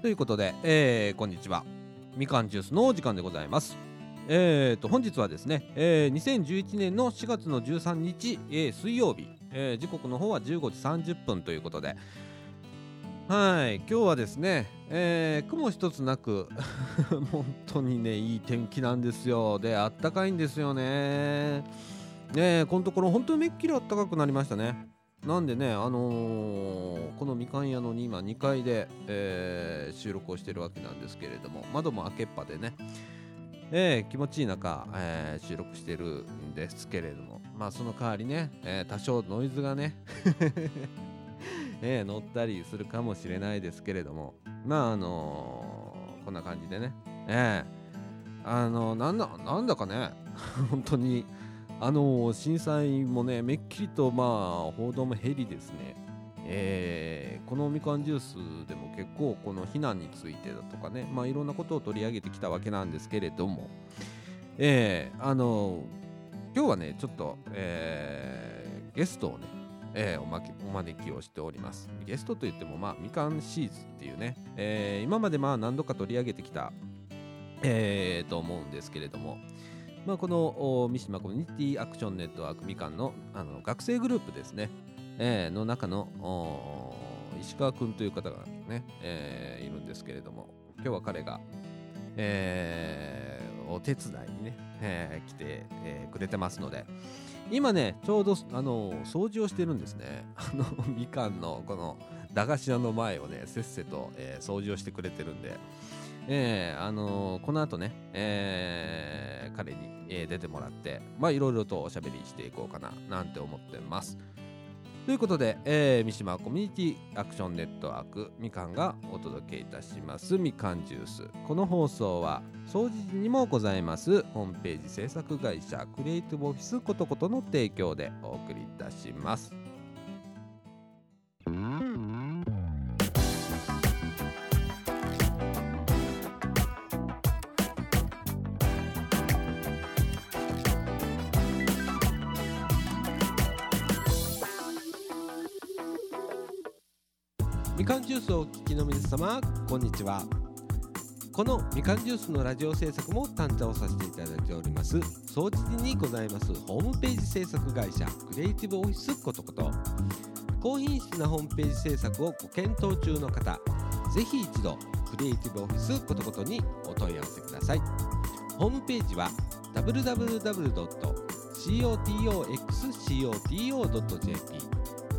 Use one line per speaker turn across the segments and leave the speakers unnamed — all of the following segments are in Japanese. ということで、えーこんにちはみかんジュースのお時間でございますえー、と本日はですね、えー2011年の4月の13日、えー水曜日、えー時刻の方は15時30分ということではい今日はですね、えー雲一つなく 本当にねいい天気なんですよであったかいんですよねねえこのところ本当にめっきりあったかくなりましたねなんでね、あのーこのみかん屋のに今2階で、えー収録をしてるわけなんですけれども窓も開けっぱでね、えー気持ちいい中、えー収録してるんですけれどもまあその代わりね、えー多少ノイズがね えー乗ったりするかもしれないですけれどもまああのーこんな感じでねえーあのーなんだなんだかね 本当にあの震災もね、めっきりと、まあ、報道も減りですね、えーこのみかんジュースでも結構、この避難についてだとかね、まあ、いろんなことを取り上げてきたわけなんですけれども、えーあの今日はね、ちょっと、えーゲストをね、えーおまけお招きをしております。ゲストといっても、まあ、みかんシーズっていうね、えー今までまあ何度か取り上げてきた、えーと思うんですけれども、まあ、このお三島コミュニティアクションネットワークみかんのあの学生グループですね、えーの中のお石川くんという方がね、えーいるんですけれども今日は彼が、えーお手伝いにね、えー来て、えーくれてますので今ねちょうどあの掃除をしてるんですねあのみかんのこの駄菓子屋の前をねせっせと、えー掃除をしてくれてるんでえーあのーこの後ね、えー彼に、えー出てもらって、まあ、いろいろとおしゃべりしていこうかな、なんて思ってます。ということで、えー三島コミュニティアクションネットワークみかんがお届けいたしますみかんジュース。この放送は掃除時にもございますホームページ制作会社クリエイティブオフィスことことの提供でお送りいたします。みかんジュースをお聞きの皆様こんにちはこのみかんジュースのラジオ制作も担当させていただいております総知事にございますホームページ制作会社クリエイティブオフィスことこと高品質なホームページ制作をご検討中の方ぜひ一度クリエイティブオフィスことことにお問い合わせくださいホームページは www.cotoxcoto.jp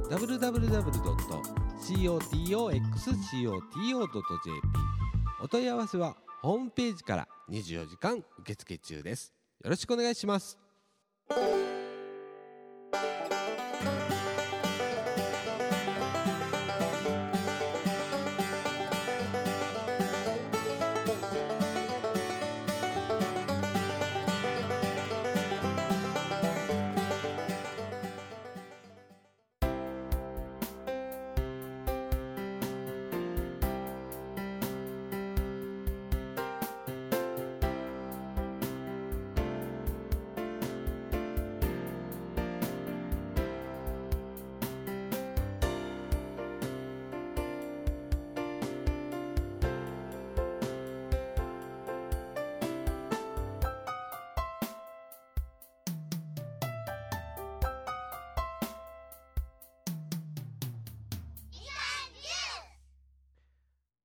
www.cotoxcoto.jp お問い合わせはホームページから24時間受付中ですよろしくお願いします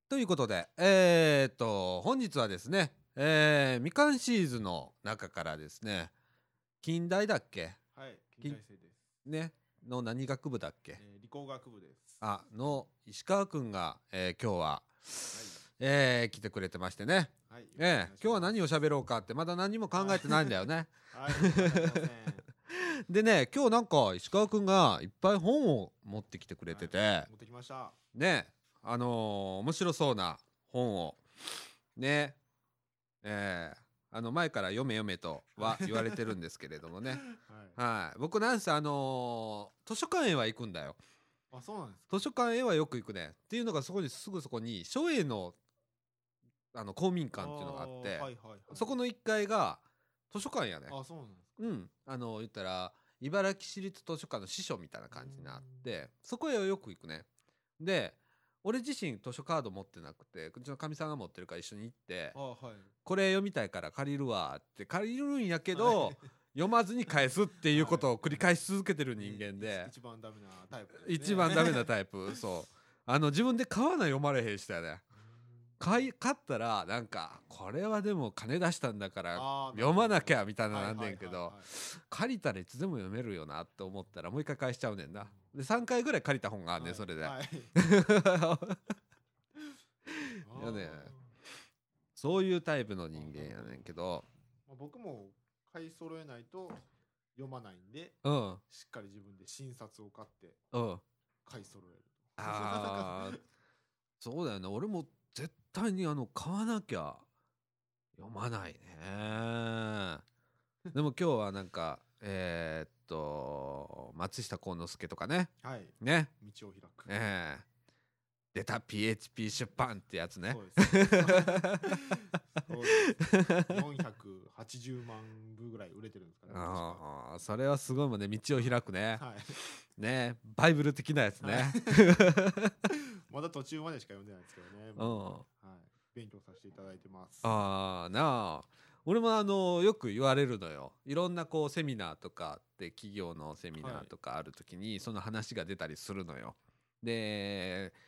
ということでえー、っと本日はですねえー、みかんシリーズの中からですね近代だっけ
はい、
近
近代生 です。
ねの何学部だっけ
えー、理工学部です。
あの石川くんが、えー今日は、
は
えー来てくれてましてね
い、はい、
ええ今日は
よ
何を喋ろうかってまだ何も考えてないんだよね。
ろしくお願いします。はい、
でね今日なんか石川くんがいっぱい本を持ってきてくれてて、
持ってきました。
ねあのー面白そうな本をねええあの前から読め読めとは 言われてるんですけれどもね
はい。
はい僕なんせあのー図書館へは行くんだよ
あ、そうなんです
図書館へはよく行くねっていうのがそこにすぐそこに書営のあの公民
か。
館っていうのがあって
ーはいはいはい。
そこの1階が図書館やね
あ、そうなんです
うん、あの言ったら茨城市立図書館の司書みたいな感じになってそこへよく行くねで俺自身図書カード持ってなくてうちのかみさんが持ってるから一緒に行って
あはい
「これ読みたいから借りるわ」って借りるんやけど、読まずに返すっていうことを繰り返し続けてる人間で、
一一番ダメなタイプですね、
一番ダ メなタイプそうあの自分で買わな読まれへんしたよね買い買ったらなんかこれはでも金出したんだから
あー
読まなき
る
ゃみたい
ほど
なのなんねんけ
はいは
ど
いはいはい
借りたらいつでも読めるよなって思ったらもう一回返しちゃうねんなで3回ぐらい借りた本があんね
は
ん
い
それで、
はい
やね
あー
そういうタイプの人間やねんけど
まあ、僕も買い揃えないと読まないんで
うん
しっかり自分で新冊を買って
うん
買い揃える
あーそうだよね俺も絶対にあの買わなきゃ読まないねでも今日はなんかえーっと松下幸之助とかね
はい
ね
道を開く、
えー出た PHP 出版ってやつね
そうですねそうです480万部ぐらい売れてるんですかね確か
あーそれはすごいもんね道を開くね
はい、
ねバイブル的なやつね、
まだ途中までしか読んでないですけどね、
う
は
ん
い、勉強させていただいてます
ああなあ俺もあのよく言われるのよいろんなこうセミナーとかって企業のセミナーとかある時にその話が出たりするのよ。で、えー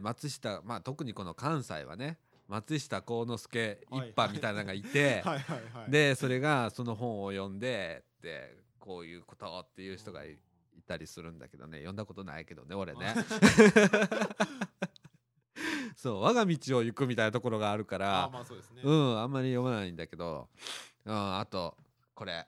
松下、まあ、特にこの関西はね松下幸之助一派みたいなのがいて、
はいはいはい
でそれがその本を読んでってこういうことっていう人がいいたりするんだけどね読んだことないけどね俺ね。 そう我が道を行くみたいなところがあるから。
あーまあそうですね、
うん、あんまり読まないんだけど、うん、あとこれ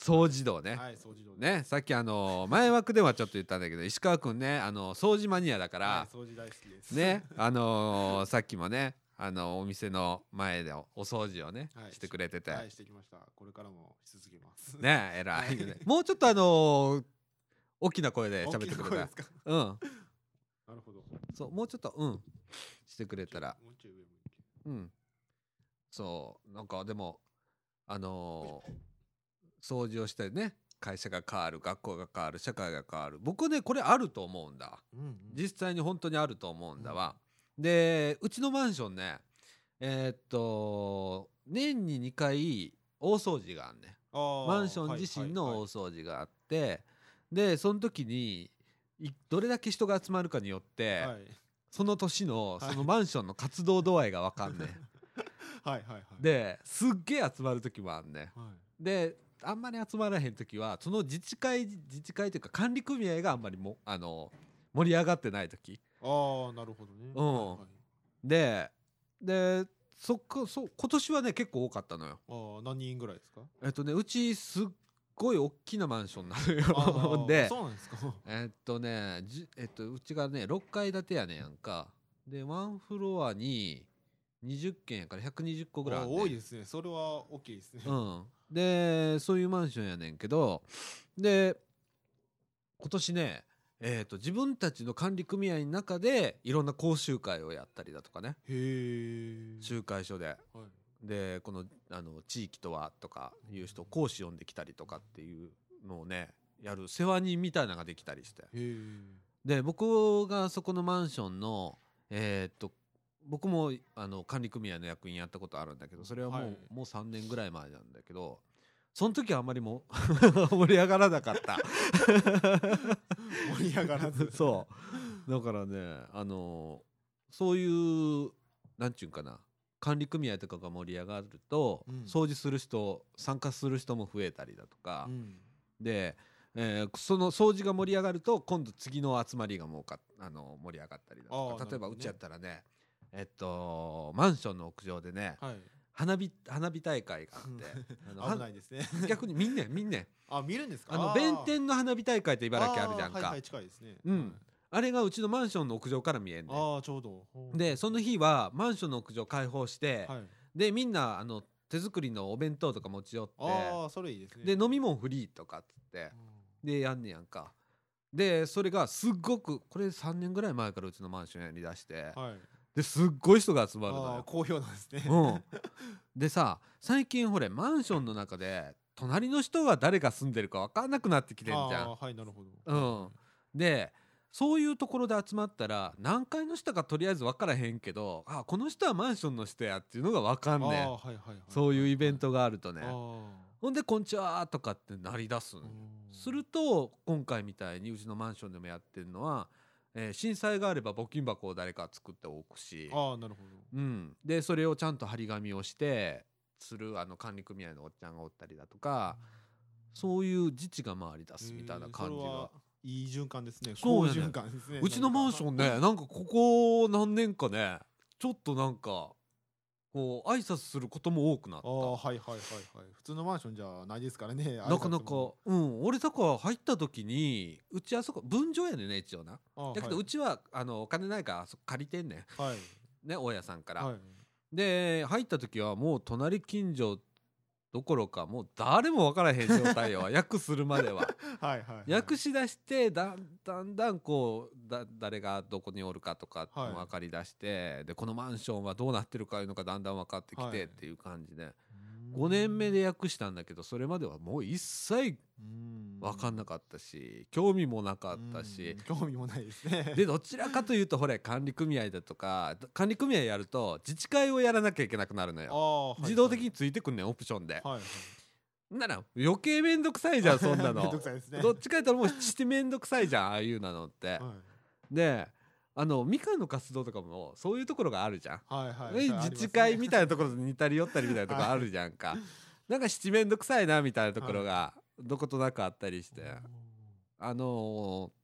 掃除道ね、
はい掃除道具
ねさっきあの前枠ではちょっと言ったんだけど石川くんねあの掃除マニアだから、
はい、掃除大好きです
ねあのさっきもねあのお店の前でおお掃除をね、
はい
してくれてて、
はいしてきましたこれからもし続けます
ね偉いよね
はい
もうちょっとあの大きな声で
大
喋っ
き
て
な
くれ
声
た
で
ら
すか
うん
なるほど
そうもうちょっとうんしてくれたら
もうちょい上向いて
うん。そう、なんかでも、あのー掃除をしてね、会社が変わる、学校が変わる、社会が変わる。僕ね、これあると思うんだ。
うんうん
実際に本当にあると思うんだわ。で、うちのマンションね、えーっと、年に2回大掃除があんね。
あー
マンション自身の
はいはい
大
はい
掃除があって、で、その時に、いどれだけ人が集まるかによって、
はい
その年の
はい
そのマンションの活動度合いがわかんねん。
はいはいはい
ですっげえ集まる時もあんね
はい
であんまり集まらへん時はその自治会自治会というか管理組合があんまりもあの盛り上がってない時
ああなるほどね
うん
はいはい
ででそっかそ今年はね結構多かったのよ
ああ何人ぐらい ですか
えっとねうちすっごい大きなマンションな
あ
のよ
ー
で
そうなんですか
えっとねじゅえっとうちがね6階建てやねんやんかでワンフロアに20軒やから120個ぐらいあんねん
お多いですねそれは大きいですね
うん、でそういうマンションやねんけどで今年ね、えー、と自分たちの管理組合の中でいろんな講習会をやったりだとかね
へえ
集会所で
はい
でこのあの地域とはとかいう人講師呼んできたりとかっていうのをねやる世話人みたいなのができたりして
へえ
で僕がそこのマンションのえーっと僕もあの管理組合の役員やったことあるんだけどそれはもう,、
はい
もう3年ぐらい前なんだけどその時はあんまりもう 盛り上がらなかった
盛り上がらず
そうだからねあのそういうなんちゅうんかな管理組合とかが盛り上がると、
うん
掃除する人参加する人も増えたりだとか、
ん
で、えーその掃除が盛り上がると今度次の集まりがもうかあの盛り上がったりだと
あ
か
ー
例えば
なるほどね
うちやったらねえっとマンションの屋上でね
はい
花火花火大会があって あのは
危ないですね
逆に見んねん見 んねん
あ見るんですか
あの
ー
弁天の花火大会って茨城あるじゃん
ーはい
か
はい近いですね
うん
はい
あれがうちのマンションの屋上から見えんねん
ああちょうどほう
でその日はマンションの屋上開放して
はい
でみんなあの手作りのお弁当とか持ち寄っ
ああそれいいですね
てで飲み物フリーとかっつってでやんねやんかでそれがすっごくこれ3年ぐらい前からうちのマンションやりだして、
うんはい
ですっごい人が集まる
ああ
の
好評なんですね
よ。うん、でさ最近ほれマンションの中で隣の人が誰が住んでるか分かんなくなってきてんじゃ
あ
ん。
ーはいなるほど
うん、でそういうところで集まったら何階の下かとりあえず分からへんけどあこの人はマンションの下やっていうのが分かんね
あ
ん
あはいはいはい
そういうイベントがあるとね
あー
ほんで「こんにちは」とかって鳴り出すんよ
うん
すると今回みたいにうちのマンションでもやってるのは、えー震災があれば募金箱を誰か作っておくし、
ああなるほど
うん、でそれをちゃんと張り紙をしてするあの管理組合のおっちゃんがおったりだとかそういう自治が回り出すみたいな感じ
えーそれは
が。
いい循環ですね
そうやね
好循環ですね
うちのマンションねなんかここ何年かねちょっとなんかこう挨拶することも多くなっ
ああ
た
はいはいはいはい普通のマンションじゃないですからね
なかなかうん俺だから入った時にうちあそこ分譲やねんね一応な
だ
だけどうちはあのお金ないからあそこ借りてんね
はい
んね大家さんから、
はい
で入った時はもう隣近所どころかもう誰も分からへん状態 よ訳するまでは
はいはいはい
訳し出してだんだんだんこうだ誰がどこにおるかとかって
はい
も分かりだして、でこのマンションはどうなってるかいうのがだんだん分かってき
はい
てっていう感じで、5年目で訳したんだけどそれまではもう一切分かんな
か
かったし興味もなかったし、
興味もないですね
でどちらかというとほれ管理組合だとか管理組合やると自治会をやらなきゃいけなくなるのよ。
ああ
自動的についてくんねんオプションで、
はいはい
なら余計めんどくさい じゃんそんな
めど
の
くさいですね
どっちか言ったらもうしてめんどくさいじゃんああいうなのって、
はい
であのみかんの活動とかもそういうところがあるじゃん、
はいはい
で自治会み
た
たいなところと似たり寄ったりみたいなところあるじゃんか、なんか七面倒くさいなみたいなところがどことなくあったりして、あのー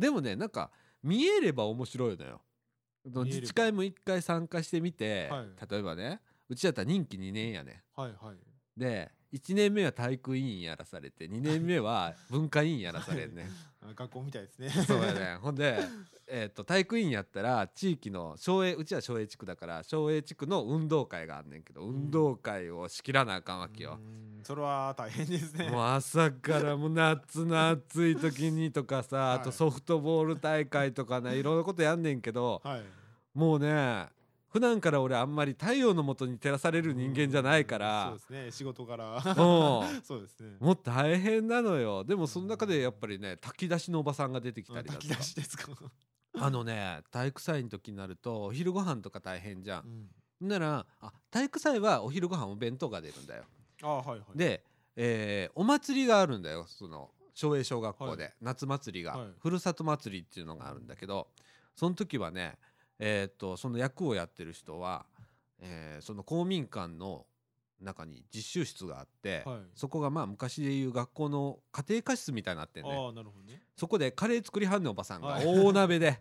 でもねなんか見えれば面白いのよその
見えれば
自治会も一回参加してみて、
はい
例えばねうちだったら任期2年やね
はいはい
で1年目は体育委員やらされて2年目 は文化委員やらされんね
あ学校みたいですね
そうやねほんで、えっと体育委員やったら地域の省営うちは省営地区だから省営地区の運動会があんねんけど運動会を仕切らなあかんわけよ。
うんそれは大変ですね
もう朝からもう夏の暑い時にとかさ
は
あ
い
とソフトボール大会とかねいろんなことやんねんけど
はい
もうね普段から俺あんまり太陽のもとに照らされる人間じゃないか
うん
ら
そうですね仕事から
う ん
そうですね
もう大変なのよでもその中でやっぱりね炊き出しのおばさんが出てきたりだ
炊
と
き
か
出しですか
あのね体育祭の時になるとお昼ご飯とか大変じゃん
う、ん
ならあ体育祭はお昼ご飯お弁当が出るんだよ、
ああはいはい
で、えーお祭りがあるんだよその昭栄小学校で、
は
夏祭りが、
はい
ふるさと祭りっていうのがあるんだけどその時はねえーっとその役をやってる人は、えーその公民館の中に実習室があって、
はい
そこがまあ昔でいう学校の家庭科室みたいになってんね
ああなるほどね
そこでカレー作りはんねんおばさんが
はい
大鍋 で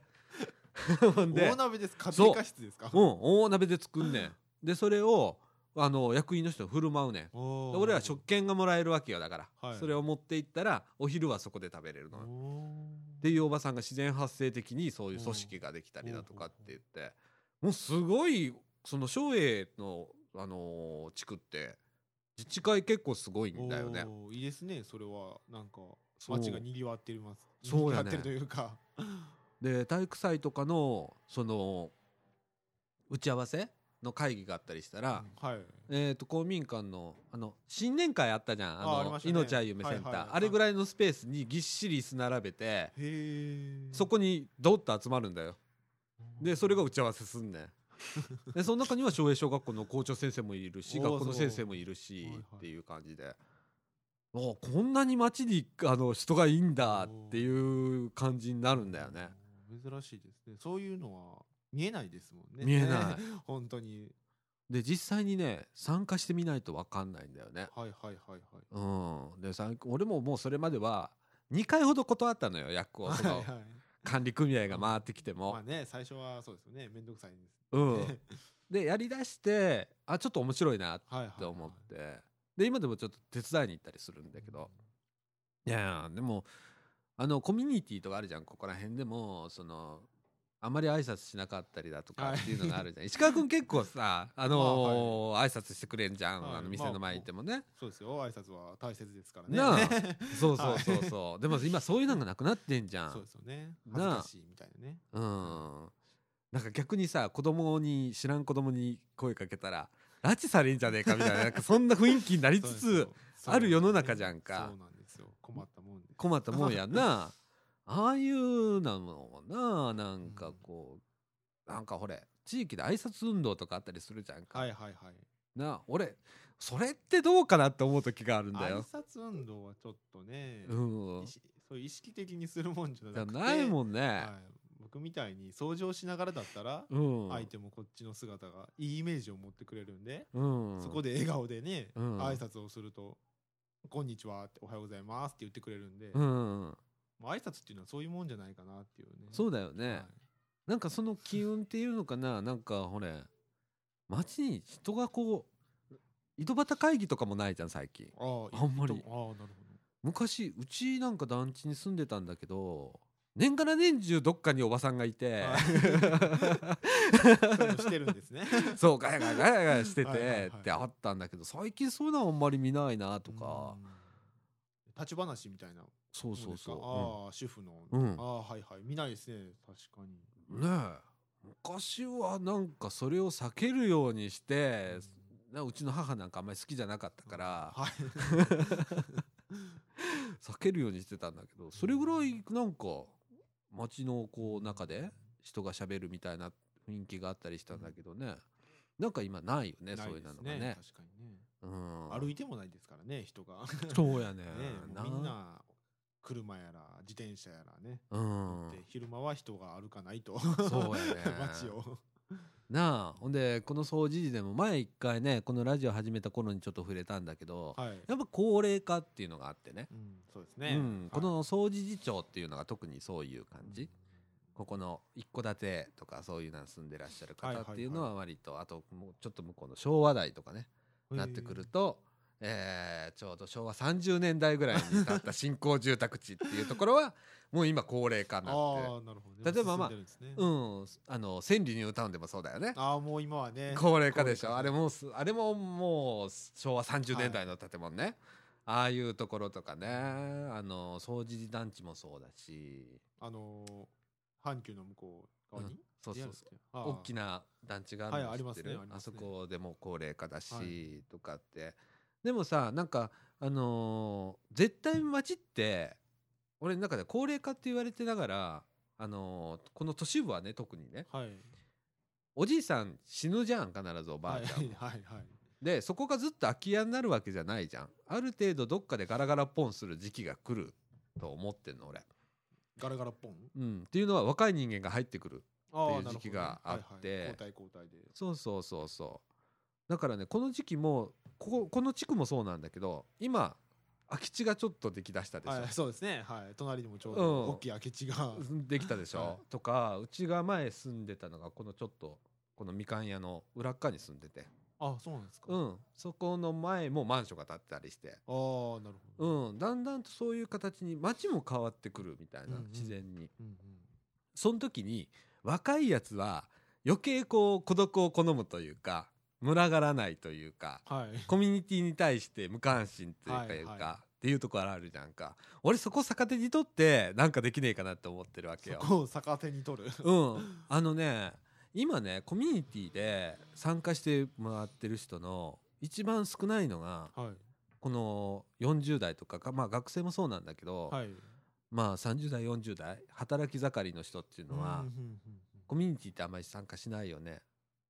ほんで
大鍋です家
そう
庭科室ですか
うん大鍋で作んねんでそれをあの役員の人に振る舞うねんで俺
俺
は食券がもらえるわけよだから、
はい
それを持って行ったらお昼はそこで食べれるのっ
って
いうおばさんが自然発生的にそういう組織ができたりだとかって言ってもうすごいその松栄の、あのー地区って自治会結構すごいんだよね。
おーいいですねそれはなんか
そう
街がにぎわっています
そうやね
賑わってるというか
で体育祭とかのその打ち合わせの会議があったりしたら、
はい
えー、と公民館のあの新年会あったじゃん「あの
あありましたね
命あゆめセンター」
はいはいはい
あれぐらいのスペースにぎっしり椅子並べて
へえ
そこにドッと集まるんだよでそれが打
う
ち合わせすんね んでその中には松栄小学校の校長先生もいるし
おー
学校の
そう
先生もいるし
はいはい
っていう感じで。おーこんなに街にあの人がいいんだっていう感じになるんだよね。
珍しいですねそういうのは見えないですもんね
見えない
本当に
で実際にね参加してみないと分かんないんだよね。
はいはいはいはい
うん、でさ俺ももうそれまでは2回ほど断ったのよ役をそ
は
の
いはい
管理組合が回ってきても
まあ。ね最初はそうですよね面倒くさいんです
うん、でやりだしてあちょっと面白いなっ
はいはい
て思ってで今でもちょっと手伝いに行ったりするんだけどいやーでもあのコミュニティとかあるじゃんここら辺でもそのあまり挨拶しなかったりだとか
はい
っていうのがあるじゃん石川君結構さあ のー挨拶してくれんじゃん、
はい
あの店の前行ってもね。
そうですよ挨拶は大切ですから
なあ
ね
そうそうそうそう、でも今そういうのがなくなってんじゃん
そうですよね恥ず
なあ
かしいみたいなね
うんなんか逆にさ子供に知らん子供に声かけたら拉致されんじゃねえかみたいななんかそんな雰囲気になりつ
そうなんです
つ
よ
ある世の中じゃんか
そうなんですよ困ったもんです
困ったもんやんなああいうなのはななんかこうなんかほれ地域で挨拶運動とかあったりするじゃんか、
はいはいはい。
な俺それってどうかなって思う時があるんだ
挨
よ。
拶運動はちょっとね、
うん
意、識そういう意識的にするもんじゃ
じ
な
ゃ
くて
ないもんね、
はい、僕みたいに掃除をしながらだったら、
うん、
相手もこっちの姿がいいイメージを持ってくれるんで、
うん、
そこで笑顔でね、
うん
挨拶をすると「こんにちは」って「おはようございます」って言ってくれるんで、
うん、
まあ挨拶っていうのはそういうもんじゃないかなっていうね
そううだよね、
はい
なんかその機運っていうのかななんかほれ街に人がこう井戸端会議とかもないじゃん最近
あ
あんまり
あいいとこああなるほど
昔うちなんか団地に住んでたんだけど年がら年中どっかにおばさんがいて、
そういうのしてるんですね
そうガヤガヤガヤガヤしてて
はいはいはい
ってあったんだけど最近そういうのはあんまり見ないな とか
うん立ち話みたいな
そうそうそ
ああー主婦の、
うん
ああはいはい見ないですね確かに
う、うん、ねえ昔はなんかそれを避けるようにしてなうちの母なんかあんまり好きじゃなかったから、
はい
避けるようにしてたんだけどそれぐらいなんか街のこう中 で人が喋るみたいな雰囲気があったりしたんだけどねなんか今ないよね
な
そうい
で
う
す
のがね。
確かにね
うん、
歩いてもないですからね人がね
そう やね
もうみんな車やら自転車やらね、
うん
で昼間は人が歩かないと
そうやね
街を
なあほんでこの掃除時でも前一回ねこのラジオ始めた頃にちょっと触れたんだけど、
はい
やっぱ高齢化っていうのがあってね、
うん、そうですね、
うん
はい
この掃除時長っていうのが特にそういう感じ、ここの一戸建てとかそういうのに住んでらっしゃる
はい
方
はいはい
っていうのは割とあともうちょっと向こうの昭和代とかね
うん
なってくるとえーちょうど昭和30年代ぐらいに建った新興住宅地っていうところは もう今高齢化にな
あ
って
あなるほどね
例えばまあ
進んでるんですね
うんあの千里ニュータウンでもそうだよね
ああもう今はね
高齢化でし
高
ょあれもすあれももう昭和30年代の建物ね、ああいうところとかねあの掃除団地もそうだし
あのー阪急の向こう側
う
に、
んそうそうそう大
大
き
な
な団地があるの
はいあり
知っ
ます
て
ね
る
あり
あ
ます
そ
ね
こでも高齢化だし、
は
とかってでもさなんかあのー絶対街って俺の中で高齢化って言われてながらあのーこの都市部はね特にね
はい
おじいさん死ぬじゃん必ずおば
は
あ
い
ちゃん、
はいはいはい
でそこがずっと空き家になるわけじゃないじゃんある程度どっかでガラガラポンする時期が来ると思ってんの俺、
ガラガラポン
うん、っていうのは若い人間が入ってくる
あ
っていう時期があって
交代交代で
そうそうそうそうだからねこの時期もこここの地区もそうなんだけど今空き地がちょっとできだしたでしょ、
はいそうですねはい隣にもちょう
う
ど
ん
大きい空き地が
できたでしょ、
はい
とかうちが前住んでたのがこのちょっとこのみかん屋の裏っ側に住んでて
あそうなんですか
う
あ
んそこの前もマンションが建ってたりして
あーなるほど
うんだんだんとそういう形に街も変わってくるみたいな、
うんうん
自然に
うんうん
その時に若いやつは余計こう孤独を好むというか群がらないというか
はい
コミュニティに対して無関心というか
はい
いうか、
は
っていうところあるじゃんか俺そこ逆手にとってなんかできねえかなって思ってるわけ
そ
よ。
こを逆手に取る
うん、あのね今ねコミュニティで参加してもらってる人の一番少ないのが
はい
この40代とかか、まあ、学生もそうなんだけど、
はい
まあ30代40代働き盛りの人っていうのは、
うんうんうんうん
コミュニティってあんまり参加しないよね。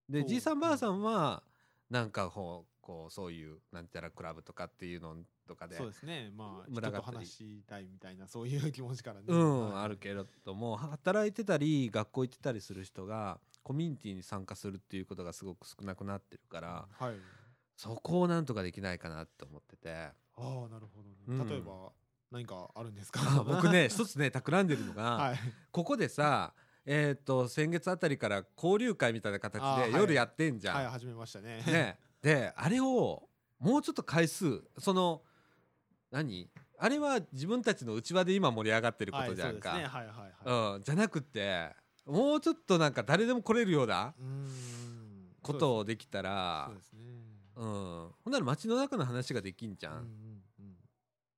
で
そう
じいさんばあさんはなんかこうこうそういうなんちゃらクラブとかっていうのとかで
そうですねまあ
群が
人
ったり
と話したいみたいなそういう気持ちからね
うん、
はい
あるけれども働いてたり学校行ってたりする人がコミュニティに参加するっていうことがすごく少なくなってるから
はい
そこをなんとかできないかなって思ってて
ああなるほ
う
どね
ん
例えば何かあるんです
あ
か
僕ね一つね企んでるのが、
はい
ここでさえっ、と先月あたりから交流会みたいな形
あーは
で
い
夜やってんじゃん。
はい始めましたね
ね、であれをもうちょっと回数その何あれは自分たちの内輪で今盛り上がってるこ
はい
とじゃんか、
そうですねはいはいは
うん、じゃなくてもうちょっとなんか誰でも来れるようない
うん
ことをできた
そ
ら
うですね
う、ん、ほんなら街の中の話ができんじゃ。
うんんう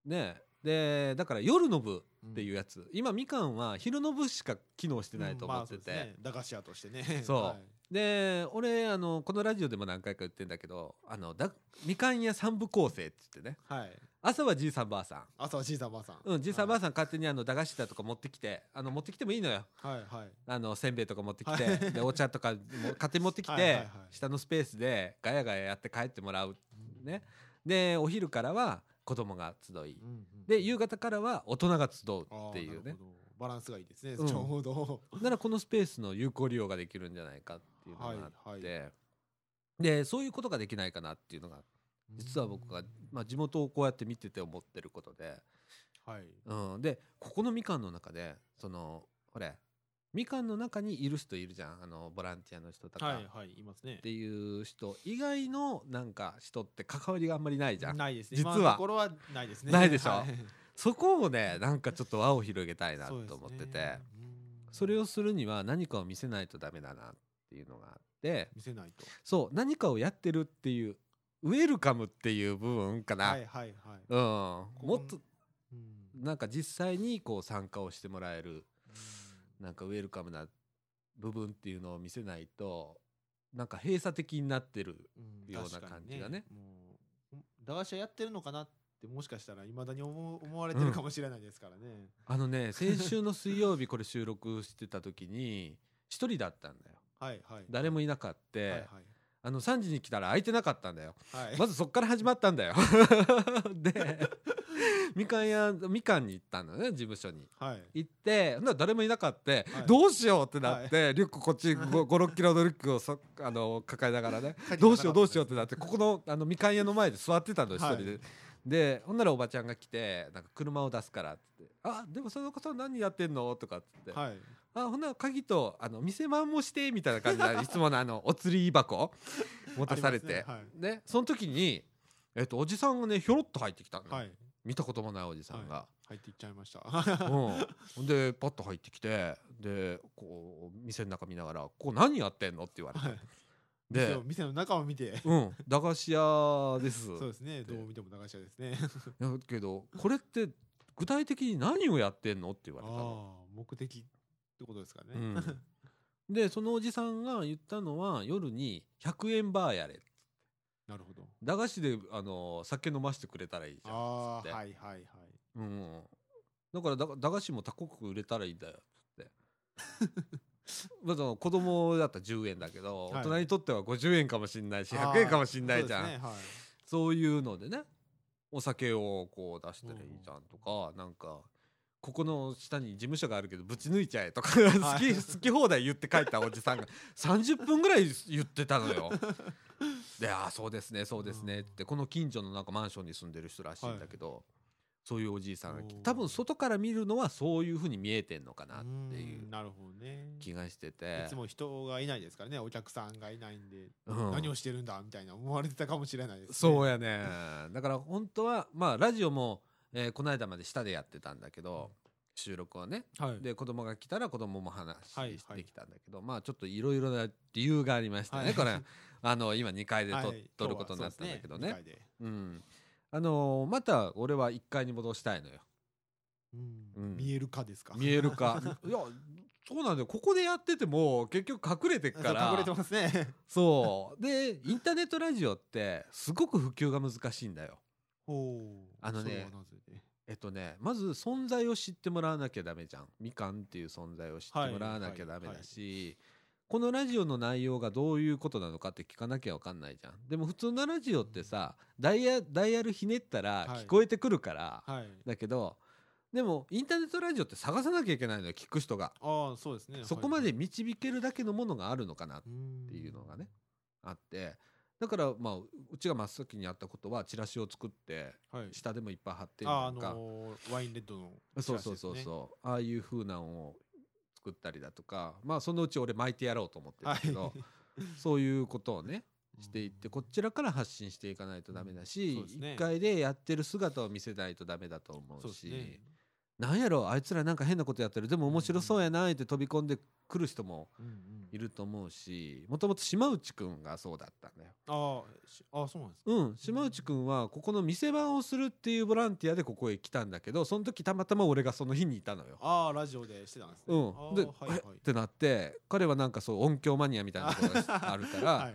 ん
ねでだから夜の部
うん
っていうやつ、今みかんは昼の部しか機能してないと思ってて、
うんまあそうですね駄菓子屋としてね
そう
はい
で俺あのこのラジオでも何回か言ってんだけどあのだみかん屋三部構成っつってね
はい
朝はじいさんばあさん
朝はじいさんばあさん。
うん、じいさんばあさん勝手にあの駄菓子だとか持ってきてあの持ってきてもいいのよ
はいはい。
あのせんべいとか持ってき
は
て
い
でお茶とかも勝手に持ってき
はいはいは
て
い
下のスペースでガヤガヤやって帰ってもらうねでお昼からは子供が集い
うんうん
で夕方からは大人が集う
あー
っていう
なる
ね
ほどバランスがいいですね。
うん
ちょうど。
ならこのスペースの有効利用ができるんじゃないかっていうのがあって、
はい
でそういうことができないかなっていうのが実は僕が、まあ、地元をこうやって見てて思ってることで、
はい。
うん、でここのみかんの中でそのほれみかんの中にいる人いるじゃんあのボランティアの人とか、
はい
っ
はい、いますね。
ていう人以外のなんか人って関わりがあんまりないじゃん
ないですね。
実は
今のところはないですね。
ないでしょ
は
そこをねなんかちょっと輪を広げたいなと
そうですね
思ってて。それ
を
をするには何かを見せないとダメだなっていうのがあって
見せないと。
そう何かをやってるっていうウェルカムっていう部分かな、
はいはいはい。
うん、
こ
もっと
うん
なんか実際にこう参加をしてもらえるなんかウェルカムな部分っていうのを見せないとなんか閉鎖的になってる
うん
ような
確かに
感じがね
もう駄菓子屋やってるのかなってもしかしたらいまだに思う思われてるかもしれないですからね。
あの ね先週の水曜日これ収録してた時に一人だったんだよ
はいはい。
誰もいなかって、
はいはい
あの3時に来たら空いてなかったんだよ
はい。
まずそっから始まったんだよ でみかん屋みかんに行ったんだね事務所に
はい。
行ってほんなら誰もいなかった、
はい
どうしようってなって、リュックこっち56キロのリュックをそあの抱えながらね
鍵
どうしよう
なか
ど
った
うしようってなってここのあのみかん屋の前で座ってたの一
はい
人で、でほんならおばちゃんが来てなんか車を出すからって言ってあでもそのこと何やってんのとかって言って、
はい。
あほんなら鍵とあの店番もしてみたいな感じでいつものあ のお釣り箱持たされて、
あります
ねその時に、えっとおじさんがねひょろっと入ってきたのね、
はい。はい。
見たこともないおじさんが。
入っていっちゃいました。は
うん、でパッと入ってきてでこう店の中見ながら「こう何やってんの?」って言われて、
い。店
で
を店の中を見て。
「うん駄菓子屋です」
そうですね。
で
どう見ても駄菓子屋ですね。
だけどこれって具体的に何をやってんのって言わ
あ
れたの。
あー、目的ってことですかね。
うん、でそのおじさんが言ったのは夜に100円バーやれ
なるほど。
駄菓子であの酒飲ましてくれたらいいじゃん
あ
つ
あ、
って
はいはいはい。
うん、だからだ駄菓子も他国売れたらいいんだよつって まあその子供だったら10円だけど、
はい
大人にとっては50円かもしんないし
あー
100円かもしんないじゃん
そ,、
そうう,、いうのでねお酒をこう出したらいいじゃんとか、なんかここの下に事務所があるけどぶち抜いちゃえと か好
はい
き好き放題言って帰ったおじさんが30分ぐらい言ってたのよ。で「ああそうですねそうですね」ってこの近所のなんかマンションに住んでる人らしいんだけど、そういうおじいさんが来て
おー
多分外から見るのはそういうふうに見えてんのかなっ
ん
ていう
なるほどね。
気がして
い
て
つも人がいないですからね、お客さんがいないんで、
うん
何をしてるんだみたいな思われてたかもしれないです、ね。
そう
や。
やねだから本当はまあラジオも、えーこの間まで下でやってたんだけど収録をね
はい。
で子供が来たら子供も話
はい
してきたんだけど、まあちょっといろいろな理由がありましてね、
はい
これ あの今2階で撮,、
はい
撮ることになったんだけどね。
今日はそうです
うん、あのーまた俺は1階に戻したいのよ
理解でう
うん
ん見えるかですか。
見える かいやそうなんだよここでやってても結局隠れてっ
そう
から
隠れてますね。
そうでインターネットラジオってすごく普及が難しいんだよ
ほう。
あのね
それはなぜで
えっとねまず存在を知ってもらわなきゃダメじゃんみかんっていう存在を知ってもらわなきゃダメだし、このラジオの内容がどういうことなのかって聞かなきゃわかんないじゃんでも普通のラジオってさ、ダイヤダイヤルひねったら
はい
聞こえてくるから、
はい。
だけどでもインターネットラジオって探さなきゃいけないのよ聞く人が、
ああ、そうですね。
そこまで
っ
導けるだけのものがあるのかなって
て
いうのがね。あってだからまあうちが真っ先にやったことはチラシを作って
はい。
下でもいっぱい貼って
あー、
な
あ
んか、
のーワインレッドの、
そうそうそうそうああいう風なのを作ったりだとかまあそのうち俺巻いてやろうと思ってるけど、
は
そういうことをねしていってこ
っ
ちらから発信していかないとダメだし、
そうですね
1回でやってる姿を見せないとダメだと思
そううです
し。
ね。
なんやろあいつらなんか変なことやってるでも面白そうやなって飛び込んでくる人も
うんうん
いると思うしもともと島内くんがそうだったんだよ。
ああ、しああ、そうなんですね。
うん島内くんはここの店番をするっていうボランティアでここへ来たんだけどその時たまたま俺がその日にいたのよ。
ああ、ラジオでしてたんですね。
うん、で、
ああはいはい
えっ。てなって彼はなんかそう音響マニアみたいなことがあるから
はいはい。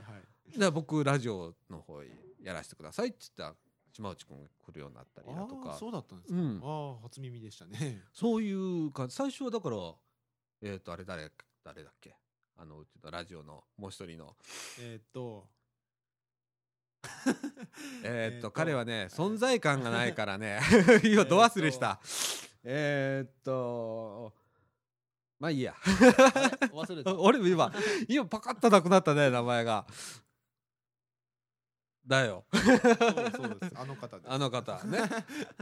だから僕ラジオの方やらせてくださいって言ったら島内くんが来るようになったりだ
あ
と
あ
か
そうだったんです
う
か、
ん
ああ初耳でしたね
そういう感じ最初はだからえっ、とあれ誰誰だっけあのうちのラジオのもう一人の
えーっと
えーっ
ー
と彼はね存在感がないから ね
えー
今
っと
ど忘れしたえーっとまあいいや
あれ忘れ た
俺も今今パカッとなくなったね名前がだよ
そうそうですあの方です
あの方ね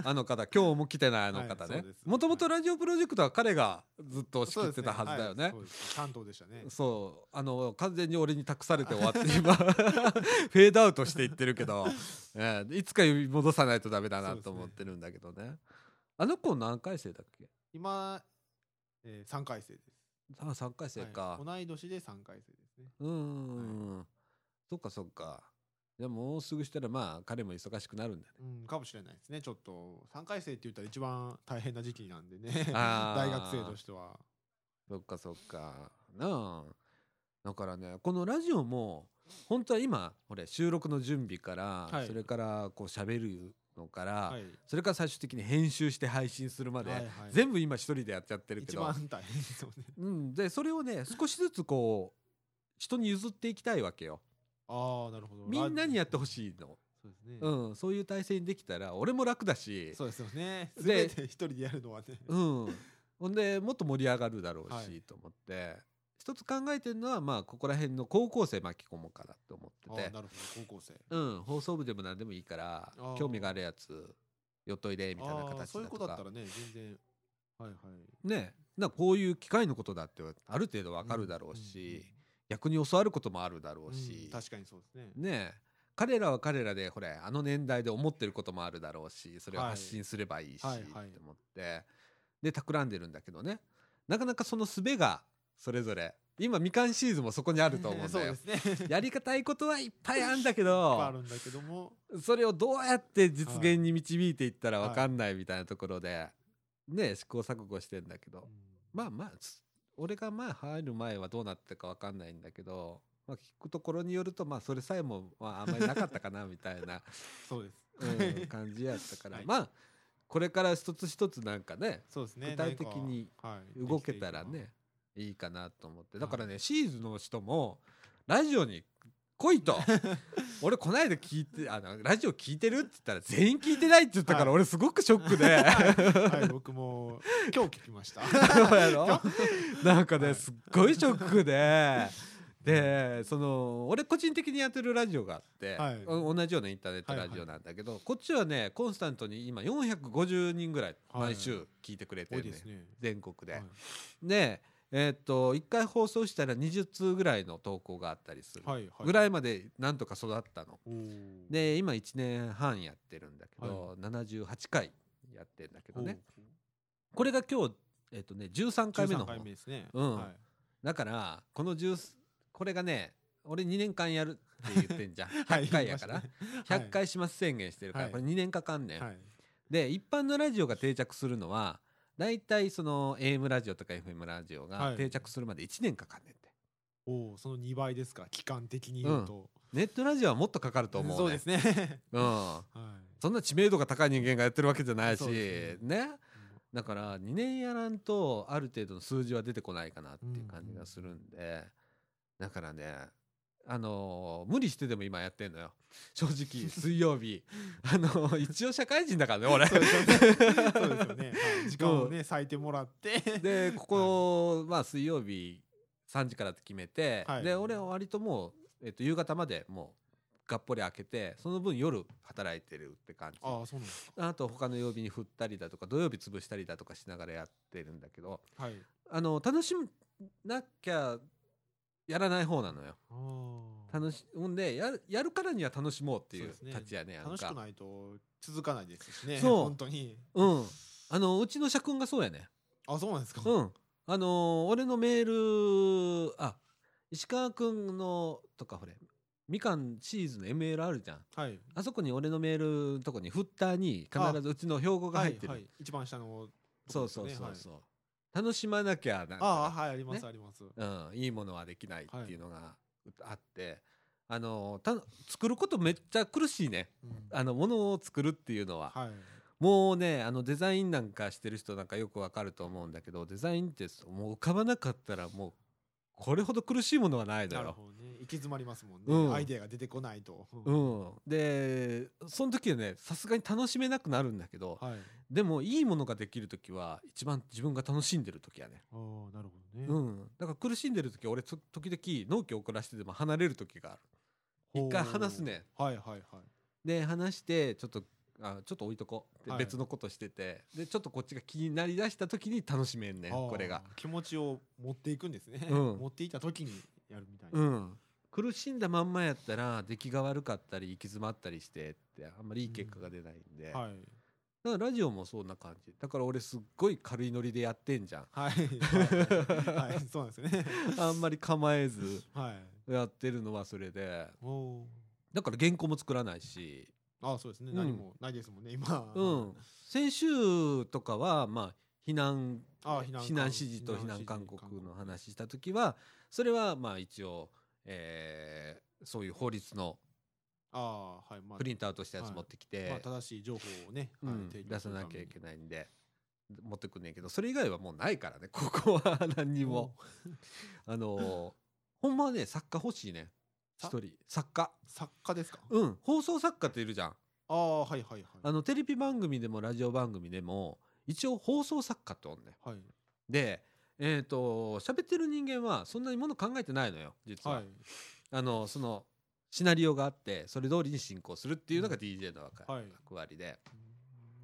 あの方今日も来てないあの方
はい
ね
そうです
もともとラジオプロジェクトは彼がずっと仕
そう
切
で
っ
す
て
ね
たはずだよ
は
ね
いそうです担当でしたね
そうあの完全に俺に託されて終わって今 フェードアウトしていってるけど、ええいつか呼び戻さないとダメだな
そうです
と
ね
思ってるんだけどねあの子何回生だっけ
今、えー、3回生です
あ3回生か、
はい同い年で3回生ですね
うーん、そっかそっかじゃあもうすぐしたらまあ彼も忙しくなるんだね
うん、かもしれないですね。ちょっと、3回生って言ったら一番大変な時期なんでね。
あー
大学生としては。
そっかそっかなあだからねこのラジオも本当は今ほれ収録の準備から、
はい
それからこう喋るのから、
はい。
それから最終的に編集して配信するまで、
はいはい
全部今一人でやっちゃってるけ
一
ど、
番大変そうね。
うん、でそれをね少しずつこう人に譲っていきたいわけよ
ああ、なるほど。
みんなにやってほ
い。
しいの、
そうですね。
うん、そういう体制にできたら俺も楽だし
そうですよね。す
で
べて一人でやるのはね。
うん、ほんでもっと盛り上がるだろうし、
はい
と思って一つ考えてるのはまあここら辺の高校生巻き込もうかなと思
あ
っ
あ、
て
な
て
る、ほど。高校生。
うん、放送部でも何でもいいから
あー
興味があるやつよっといれみたいな
あ
形
あ
だ
そういう
と
子
か
だったらね、全然。はいはい。
ねなこういう機会のことだってある程度わかるだろうし、逆に教わることもあるだろ
うん。う
うんし、
確かにそうですね。
ねえ彼らは彼らでほれあの年代で思ってることもあるだろうしそれを
はい
発信すればいいし、
はいはい
って思ってで企んでるんだけどねなかなかその術がそれぞれ今みかんシーズンもそこにあると思うん
そ
だ
う
よ
で。すね。いっ
やりがたいことはいっぱいあるんだけ
ぱ いあ
ど
るんだけども。
それをどうやって実現に導いていったら分かんないみたいなところで、ね試行錯誤してんだけどまあまあつ俺が前入る前はどうなってたか分かんないんだけど、まあ、聞くところによるとまあそれさえも、まあ、あんまりなかったかなみたいな、
そうです。
うん感じやったから、
はい
まあこれから一つ一つなんかね
そうですね。
具体的に
なんかはい
動けたらねいいかなと思ってだからね、シーズンの人もラジオに来い と俺こないだ聞いてあのラジオ聞いてるって言ったら全員聞いてないって言ったから、
はい
俺すごくショックで。
はい、僕も今日聞き ました。
そうやろなんかね、
はい
すっごいショック で。でその俺個人的にやってるラジオがあって、
はい
お同じようなインターネットラジオなんだけど、こっちはねコンスタントに今450人ぐらい
はい
毎週聞いてくれて
多
る
い
ね、
ですね。
全国で。
はい
で、えーっと1回放送したら20通ぐらいの投稿があったりする、
はいはい。
ぐらいまでなんとか育ったの。
おー。
で今1年半やってるんだけど、78回やってるんだけ
お
ど
ー、
ねこれが今日、えーっとね、13回目の
13
方
回目ですね。
うん
はい
だからこのジュースこれがね俺2年間やるって言ってんじゃん
はい
100回やから、
言
100回します宣言してるから、
はい
これ2年かかんねん、
はい。
で一般のラジオが定着するのは大体その AM ラジオとか FM ラジオ
は
が
い
定着するまで1年かかんねんって、
おお、その2倍ですか、期間的に言うと。
ネットラジオはもっとかかると思うね
そうですね。
うん、
は
そんな知名度が高い人間がやってるわけじゃないし
そうです
ね
い。
だから2年やらんとある程度の数字は出てこないかなっていう感じがするんで、だからねあのー無理してでも今やってんのよ正 直水曜日あのー一応社会人だからね俺
そうですよね。そうですよね。はい時間をね、割いてもらって。
でここ、まあ水曜日3時からって決めて、
はい
で俺は割ともう、えっと夕方までもうがっぽり開けてその分夜働いてるって感じ
ああ、そうなんです
あと他の曜日に振ったりだとか土曜日潰したりだとかしながらやってるんだけど
か。はい。
あの楽しむなきゃやらない方なのよ
あー
楽しほんでやるやるからには楽しもうっていう
そうですね
たちやねなん
楽しく
か
ないと続かないですしね。
そう
本当に。
うんあのうちの社訓がそうやね
あ、そうなんですか。
う
は
んあのー俺のメールあ石川君のとかほれみかんシーズンの ML あるじゃん
い。
あそこに俺のメールのとこにフッターに必ずうちの標語が入ってる、
はいはい一番下のと
そう
こです
そ
よ
う
ね。
そう
はい
そう、楽しまなきゃなんか
ああはいあります、
ね
あります。
うん、いいものはできないっていうのがうあって、あのた作ることめっちゃ苦しいね
うん
あのものを作るっていうのは、
はい。
もうねあのデザインなんかしてる人なんかよくわかると思うんだけどデザインってもう浮かばなかったらもうこれほど苦しいものはないだ
なる
よ。
ほどね。行き詰まりますもんね。
うん
アイデアが出てこないと。う
うんん、でその時はねさすがに楽しめなくなるんだけど
はい。
でもいいものができる時は一番自分が楽しんでる時やね、
ああ、なるほどね。
うん、だから苦しんでる時は俺と時々納期遅らせてでも離れる時がある一回話すね
ほう。はいはいはい。
で話してちょっとあちょっと置いとこう、で
はい
別のことしててでちょっとこっちが気になりだした時に楽しめんねん
あー
これが。
気持ちを持っていくんですね。
うん
持っていた時にやるみたいな。
うん、苦しんだまんまやったら出来が悪かったり行き詰まったりしてってあんまりいい結果が出ないんで、だか
はい。
らラジオもそんな感じだから俺すっごい軽いノリでやってんじゃん
はい。は いはい。そうなんですね。
あんまり構えず
はい。
やってるのはそれで
おお
だから原稿も作らないし、
ー。ああ、そうです
う
ね。
ん
何もないですもんね、今。
うん、先週とかはまあ避難
ああ避難勧
避難指示と避
避難
難
指示
勧告の話した時はそれはまあ一応、えーそういう法律の
ああ、はい。まあ
プ、リントアウトしたやつ
はい
持ってきて、
まあ、正しい情報をね、
う
はい
ん
提供
出
す
さ
る
な
た
き
め
ゃい
に
けないんで持ってくんねんけどそれ以外はもうないからね ここは何にもあのーほんまはね作家欲しいね一
さ
人作家
作家ですか、
うん放送作家っているじゃん
ああはいはいはい
あのテレビ番組でもラジオ番組でも一応放送作家っておんね
はい
んでえっ、と喋ってる人間はそんなにもの考えてないのよ実は、
はい
あのそのシナリオがあってそれ通りに進行するっていうのが DJ の
はい
役割で、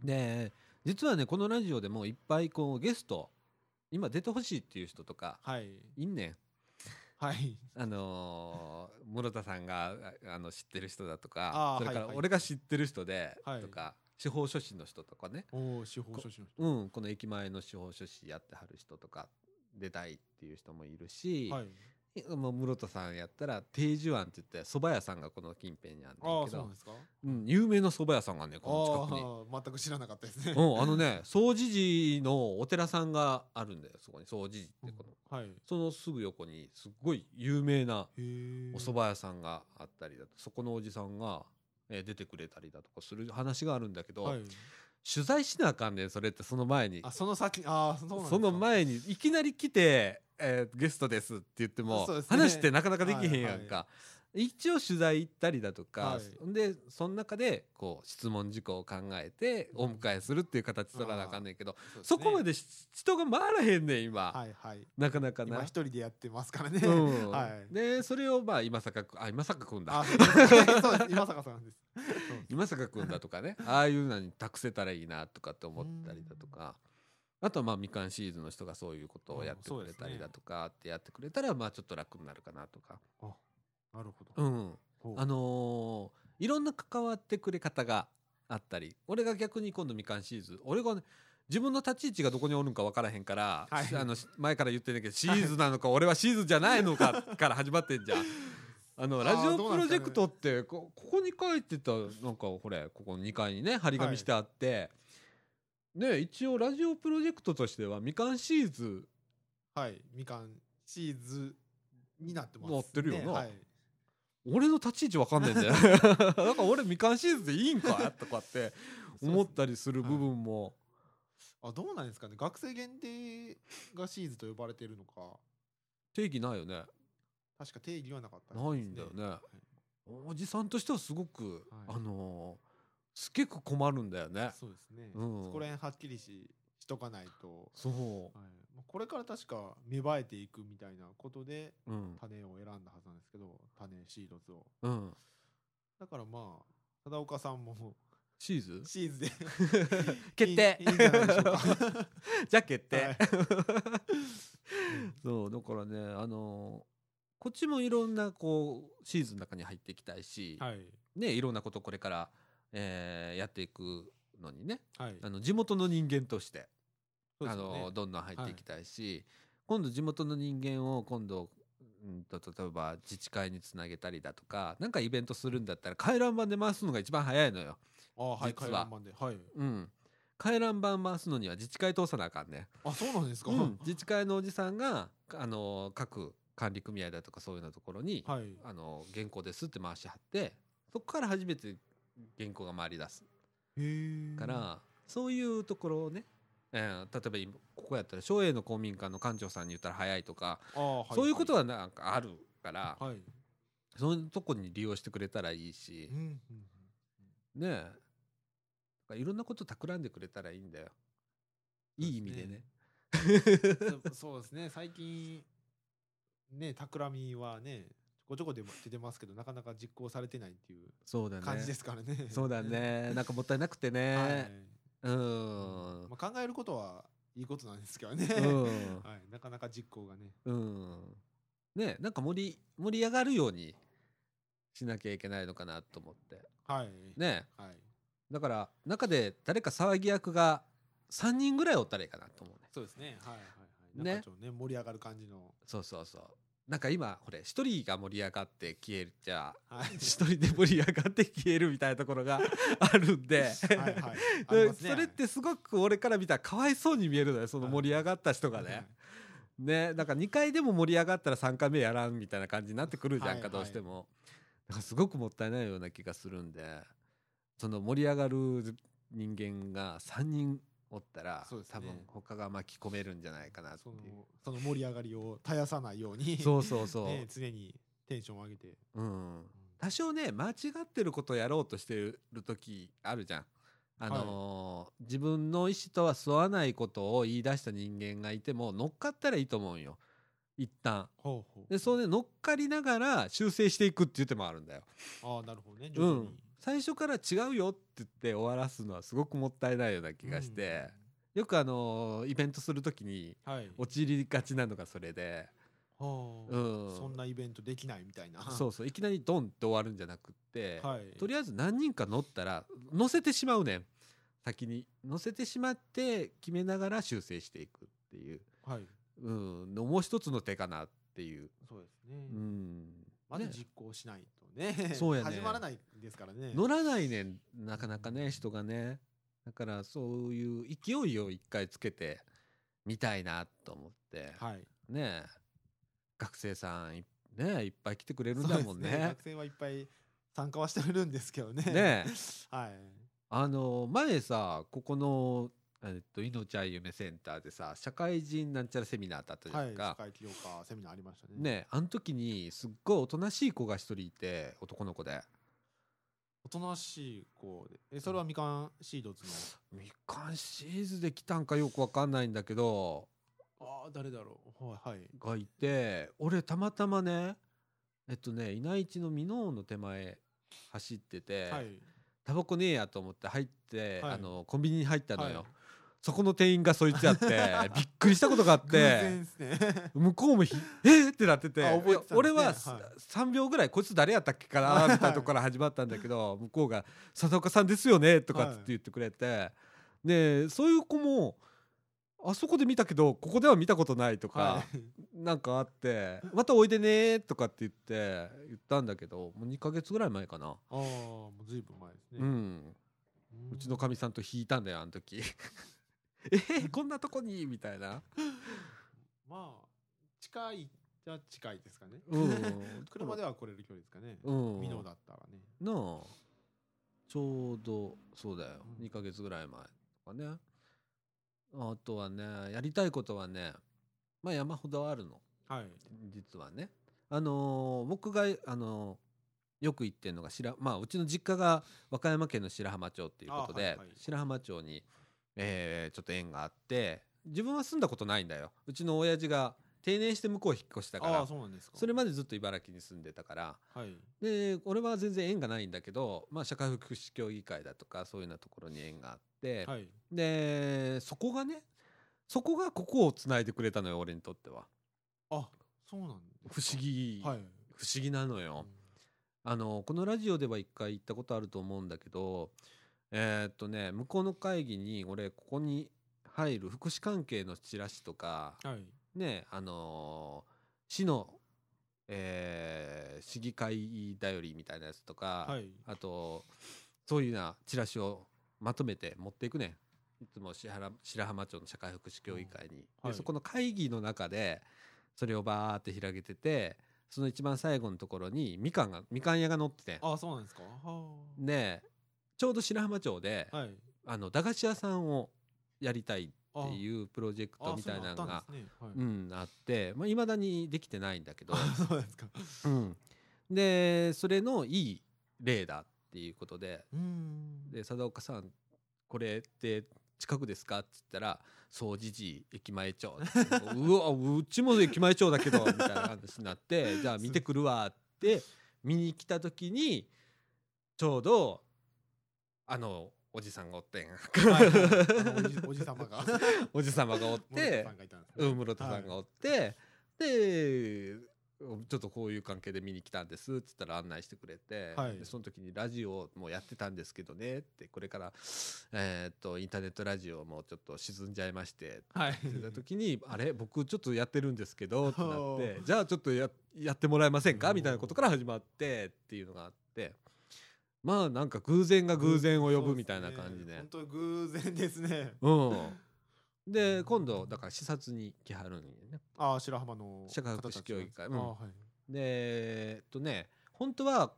で実はねこのラジオでもいっぱいこうゲスト今出てほしいっていう人とか
はい
いんねん。
はい
あのー室田さんがああの知ってる人だとか
あー
それか
はい
ら
はい
俺が知ってる人で
はい
とか、司法書士の人とかね、
おお司法書士の人
うん、この駅前の司法書士やってはる人とか出たいっていう人もいるし、
はい
もう室田さんやったら定寿庵って言って蕎麦屋さんがこの近辺にあるん
あ
だ
あ
け
そうな
ど
ん、ですか
うん、有名な蕎麦屋さんがね
あ
この近くに。
あ全く知らなかったですね
うん、あのね、総除寺のお寺さんがあるんだよ、そこに。総除寺ってこの。
はいへ
そのすぐ横に、すっごい有名な
え
お蕎麦屋さんがあったりだと、そこのおじさんが、えー出てくれたりだとかする話があるんだけど、
はい
取材しなあかんねん、それってその前に
あ。その先ああそうなんですか
その前に、いきなり来て、えーゲストですって言っても、
そうですね
話ってなかなかできへんやんか。
は
一応取材行ったりだと
は
か、
い
でその中でこう質問事項を考えてお迎えするっていう形取らなあかんねんけど
うす
そ
ね
こまでし人が回らへんねん今、
はいはい
なかなか
今
な
一。人でやってますからね
うん
はい
でそれをまあ今坂君あ今坂君だ
あーそうです今坂さんです
今坂君だとか ねああいうのに託せたらいいなとかって思ったりだとかあとはまあみかんシリーズの人がそういうことをやってくれたりだとかってやってくれたらまあちょっと楽になるかなとか
なるほど
うん
ほう
あのーいろんな関わってくれ方があったり俺が逆に今度みかんシリーズ俺がね自分の立ち位置がどこにおるんか分からへんから、
はい
しあのし前から言ってんだけどシリーズなのか俺はシリーズじゃないの かから始まってんじゃん。あの
あー
ラジオプロジェクトってこここに書いてたなんかこれここ2階にね張り紙してあって、ね一応ラジオプロジェクトとしてはみかんシリーズ
はいみかんシーズになってます
なってるよな
ねはい
俺の立ち位置わかんないんだ よ なんか俺みかんシリーズでいいんかとかって思ったりする部分も
あどうなんですかね学生限定がシーズと呼ばれてるのか
定義ないよね
確か定義はなかったらし
ない
です
んだよねおじさんとしてはすごく、
はい
あのーすげく困るんだよね
そうですね、
うん
そこら辺はっきりししとかないと、
そ
はいまあこれから確か芽生えていくみたいなことで
ううん
種を選んだはずなんですけど種シードズを
うん
だからまあ忠岡さんも
シリーズ
シーズ で
決定
いいいいんじゃないで しょうかは
じゃあ決定、
い
そうだからねあのーこっちもいろんなこうシーズンの中に入っていきたいし、
はい
ねいろんなことこれから、えーやっていくのにね
はい
あの地元の人間として
そう
あ
ですよね
のどんどん入っていきたいし、今度地元の人間を今度うんと例えば自治会につなげたりだとかなんかイベントするんだったら回覧板で回すのが一番早いのよ。
あはい
実は
回覧板ではい
うん回覧板回すのには自治会通さなあかんね、
あそうなんですか、
うん自治会のおじさんがあの各管理組合だとかそういうようなところに、
はい。
あの原稿ですって回しはってそこから初めて原稿が回り出す
へえ。
から、そういうところをね、えー例えば今ここやったら松栄の公民館の館長さんに言ったら早いとか、
ああ、はい。
そういうことはなんかあるから、
はい。
そういうとこに利用してくれたらいいし
うん、うんうん。
ねえだからいろんなこと企んでくれたらいいんだよいい意味でね。
でもそうですね、最近、ね、企みはね、ちょこちょこでも出てますけど、なかなか実行されてないっていう
そうだね
感じですからね。
そうだ。ねなんかもったいなくてね、う
はい
ん、
まあ、考えることはいいことなんですけどね、
うん
はい、なかなか実行がね、
うんねなんか盛り盛り上がるようにしなきゃいけないのかなと思って
はい、
ね
はい、
だから中で誰か騒ぎ役が3人ぐらいおったらいいかなと思うね
そうですね、はい、はい、はい、
ね
なんかちょっとね、盛り上がる感じの、
そうそうそうなんか今これ1人が盛り上がって消えるじ ゃあ
はい、
1人で盛り上がって消えるみたいなところが あるんで
はい、 はい、ありますね
それっ、てすごく俺から見たらかわいそうに見えるのよその盛り上がった人
は
が
い
ね。ねなんか2回でも盛り上がったら3回目やらんみたいな感じになってくるじゃん
はいは
か
い
どうしてもだからすごくもったいないような気がするんでその盛り上がる人間が3人おったら
そうですね
多分他が巻き込めるんじゃないかなって
そ
い
の
う、
その盛り上がりを絶やさないように、
そうそうそう、
ね、常にテンションを上げて、
うん多少ね間違ってることをやろうとしてる時あるじゃん。あのー自分の意思とは沿わないことを言い出した人間がいても乗っかったらいいと思うんよ一旦
ほうほう、
でそれで乗っかりながら修正していくっていう手もあるんだよ。
ああ、なるほどね、
う
徐々に
ん、最初から違うよって言って終わらすのはすごくもったいないような気がして、よくあのイベントする時に
うんはい、
陥りがちなのがそれで、
はあ
うん、
そんなイベントできないみたいな、
そうそういきなりドンって終わるんじゃなくって、
はい、
とりあえず何人か乗ったら乗せてしまうねん先に乗せてしまって決めながら修正していくっていう、
はい、
うん、のもう一つの手かなっていう。
そうですね、
うん
まず
ね
実行しないとね、
そうやね
始まらないですからね、
乗らないねんなかなかね人がねだからそういう勢いを一回つけてみたいなと思って、
はい。
ねえ学生さんいねえいっぱい来てくれるんだもんね
そうです学生はいっぱい参加はしてるんですけどね。
ねえ
はい。
あの前さここのえっと、いのちゃん夢センターでさ社会人なんちゃらセミナーだったじゃ
は
ない
い。
です
社
か、
会起業家セミナーありましたね。
ねえあの時にすっごいおとなしい子が一人いて男の子で
おとなしい子で。え、それはみかんシードズ
みかんシーズで来たんかよくわかんないんだけど
の。ああ、誰だろう。はい。はい。
がいて俺たまたまねえっとね稲市の箕面の手前走ってて、
はい。
タバコねえやと思って入って、
はい
あのコンビニに入ったのよ、
はい
そこの店員がそいつやって びっくりしたことがあっ
偶然
て
ですね。
向こうもひ「えっ!」ってなってて
あ覚えてたんですね
俺は、
はい
3秒ぐらい「こいつ誰やったっけかな」みたいなとこから始まったんだけど向こうが「佐岡さんですよね」とかっつって言ってくれて、でそういう子も「あそこで見たけどここでは見たことない」とか。
はい。
なんかあって「またおいでね」とかって言って言ったんだけどもう2ヶ月ぐらい前かな、
ああ、もうずいぶん前ですね。
うん
うん
うちのかみさんと引いたんだよあの時 えー、こんなとこにみたいな、
まあ、近いじゃ近いですかね。
うん、
車では来れる距離ですかね。
うん
ミノだったらね。
なあちょうどそうだよ
うん
2ヶ月ぐらい前とかねあとはねやりたいことはねまあ山ほどあるの
はい。
実はねあのー僕があのーよく行ってるのが白まあうちの実家が和歌山県の白浜町っていうことで、
あはいはい
白浜町に、えーちょっと縁があって自分は住んだことないんだようちの親父が定年して向こう引っ越したか
あ
ら
あ、そうなんですか。
それまでずっと茨城に住んでたから
はい。
で俺は全然縁がないんだけど、まあ、社会福祉協議会だとかそういうようなところに縁があって、
はい。
でそこがねそこがここをつないでくれたのよ俺にとっては
あ、そうなんで
不
す
思議、
はい。
不思議なのよ。あのこのラジオでは一回行ったことあると思うんだけどえーっとね向こうの会議に俺ここに入る福祉関係のチラシとか
はい。
ねあのー市の、えー市議会だよりみたいなやつとか、
はい。
あとそういうようなチラシをまとめて持っていくねんいつも白浜白浜町の社会福祉協議会に、
はい
でそこの会議の中でそれをバーって開けててその一番最後のところにみかんがみかん屋が乗ってて
ああ、そうなんですか。は
でちょうど白浜町で、
あ。はい。
あの駄菓子屋さんをやりたい
あ
っていうプロジェク
あ
トみたいなのが
そういうのあったん
う
ですね
ん、あってまあ、未だにできてないんだけ ど
はい。、あそうなんですか。
うん、でそれのいい例だっていうことで
うん。
で貞岡さんこれって近くですか?」っつったら「そうじじい駅前町」 うわうちも駅前町だけど」みたいな話になって 「じゃあ見てくるわ」って見に来た時にちょうどあのおじさんがおってん
はいはいあのおじおじさまが。
おじさまが おっ
モルト
て
さんがいたんですね
うん室田さんがおって、でちょっとこういう関係で見に来たんですって言ったら案内してくれて、
はい
でその時にラジオもやってたんですけどねってこれから、えーっとインターネットラジオもちょっと沈んじゃいまして
はい。
って言った時 に「あれ僕ちょっとやってるんですけど」ってなっ
ほ
て
う
「じゃあちょっとややってもらえませんか?」
ほう
みたいなことから始まってっていうのがあってまあなんか偶然が偶然を呼ぶみたいな感じで。
そうすね本当偶然ですね。
うん、で今度だから視察に来はるんよね。
ああ、白浜の
社会福祉協議会
方たち
うん
ああはい。
でえっとね本当は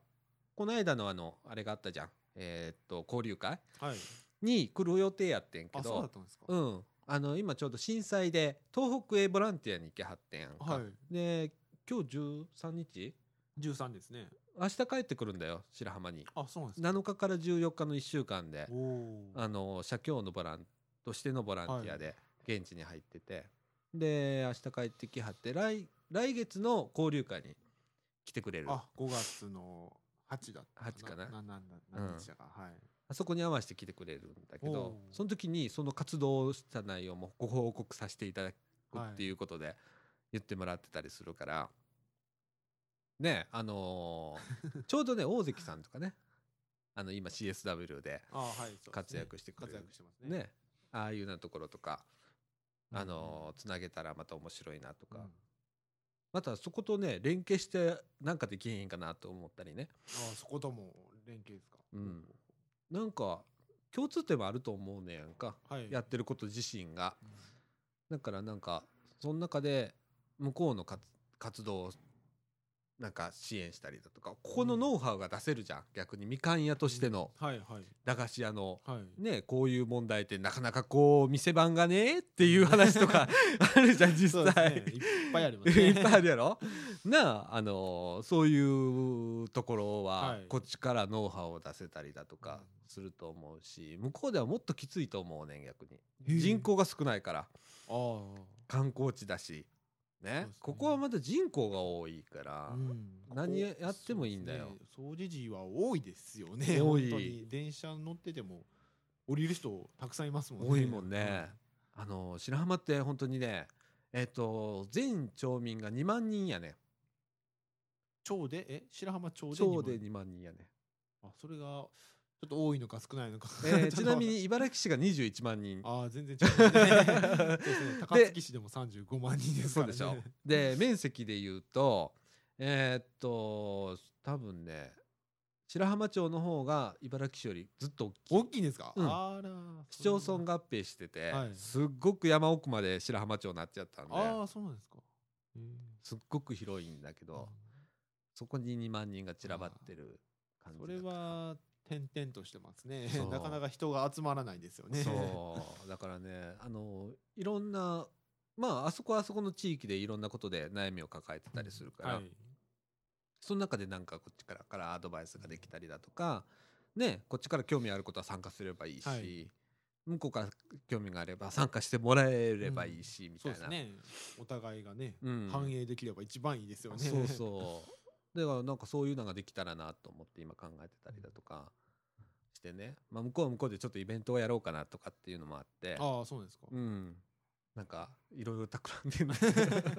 この間のあのあれがあったじゃん、えーっと交流会
はい。
に来る予定やってんけ
あ、そうだっ
ど
たんですか。
う、ん、あの今ちょうど震災で東北へボランティアに行けはってんやんか、
はい。
で今日13日
十三ですね。
明日帰ってくるんだよ白浜に
あ、そうなんですか。
7日から14日の1週間で
おお。
あの社協のボランとしてのボランティアで現地に入ってて、で明日帰ってきはって来来月の交流会に来てくれる
あ、五月の八だった。
八かな
ななんだ何日だか。はい。
あそこに合わせて来てくれるんだけ
お
ど
う
その時にその活動をした内容もご報告させていただくっていうことで言ってもらってたりするから、ねあの ーちょうどね大関さんとかねあの今 CSW で
あ、はい。そうですね
活躍してくれ
活
る
躍してます
ね
ね。
ああいうようなところとか、
うん
あのーつなげたらまた面白いなと
う
か、
んあ、
またそことね連携してなんかできへんかなと思ったりね
そことも連携ですか。
うんなんか共通点はあると思うねやんか
はい。
やってること自身が。
うん
だからなんかその中で向こうの活活動をなんか支援したりだとかここのノウハウが出せるじゃん逆にみかん屋としての
はいはい
駄菓子屋の。
はい。
ね、こういう問題ってなかなかこう店番がねっていう話と かあるじゃん
そ
実
うです
際、
ね。いっぱいありますね。
いっぱいあるやろなあ、あのーそういうところは
はい
こっちからノウハウを出せたりだとか
うん
すると思うし向こうではもっときついと思うねん逆に
へえ
人口が少ないから
あ
観光地だし、
そう
ね
ですね
ここはまだ人口が多いから
あ、、うん
何やってもいいんだよ。
そうですね掃除時は多いですよね。
多
多
い
い。本当に電車乗ってても降りる人たくさんいますもんね。
多いもんね。あの白浜って本当にねえっ、と全町民が2万人やね
町でえ白浜町で
町
二
で
万
2万人やね、
あそれがちょっと多いのか少ないのか。
えー
ょっと
ちなみに茨城市が21万人
あー 全然違う、ね。そうですね高槻市でも三十五万人です
そ
か
うで
らね。
しょ で面積で言うとえっと多分ね白浜町の方が茨城市よりずっと大きい
大きいんですか。
うん
あら。
市町村合併してて、
はい
すっごく山奥まで白浜町になっちゃったんで
ああそうなんですか。へー
すっごく広いんだけど、そこに2万人が散らばってる感じ
そ
だ
れは点々としてますね
そう
なかなか人が集まらないですよね
そう だからねあのいろんなまああそこはあそこの地域でいろんなことで悩みを抱えてたりするから、
はい
その中でなんかこっちからからアドバイスができたりだとかねこっちから興味あることは参加すればいいし、
はい
向こうから興味があれば参加してもらえればいいし、みた
そう
い
で
な
す。ねお互いがね、
うん
反映できれば一番いいですよね
そうそう。だからなんかそういうのができたらなと思って今考えてたりだとかしてね。まあ向こうは向こうでちょっとイベントをやろうかなとかっていうのもあって。
ああそうなんですか
うん。なんかいろいろ企んでる
活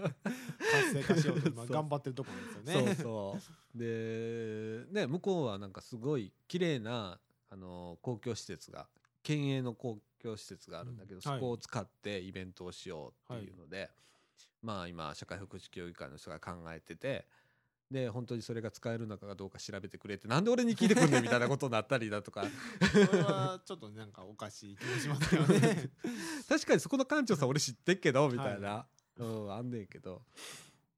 性化しようと今
そう
頑張ってるところですよね
そうそう。で、ね、向こうはなんかすごい綺麗な、あの、公共施設が、県営の公共施設があるんだけど、
うん
そこを使ってイベントをしようっていうので、まあ今、社会福祉協議会の人が考えてて、で、本当にそれが使えるのかどうか調べてくれって、なんで俺に聞いてくんねんみたいなことになったりだとか、
それはちょっとなんかおかしい気もしますけどね
確かにそこの館長さん俺知ってっけど、みたいな、
は
うん、あんねんけど、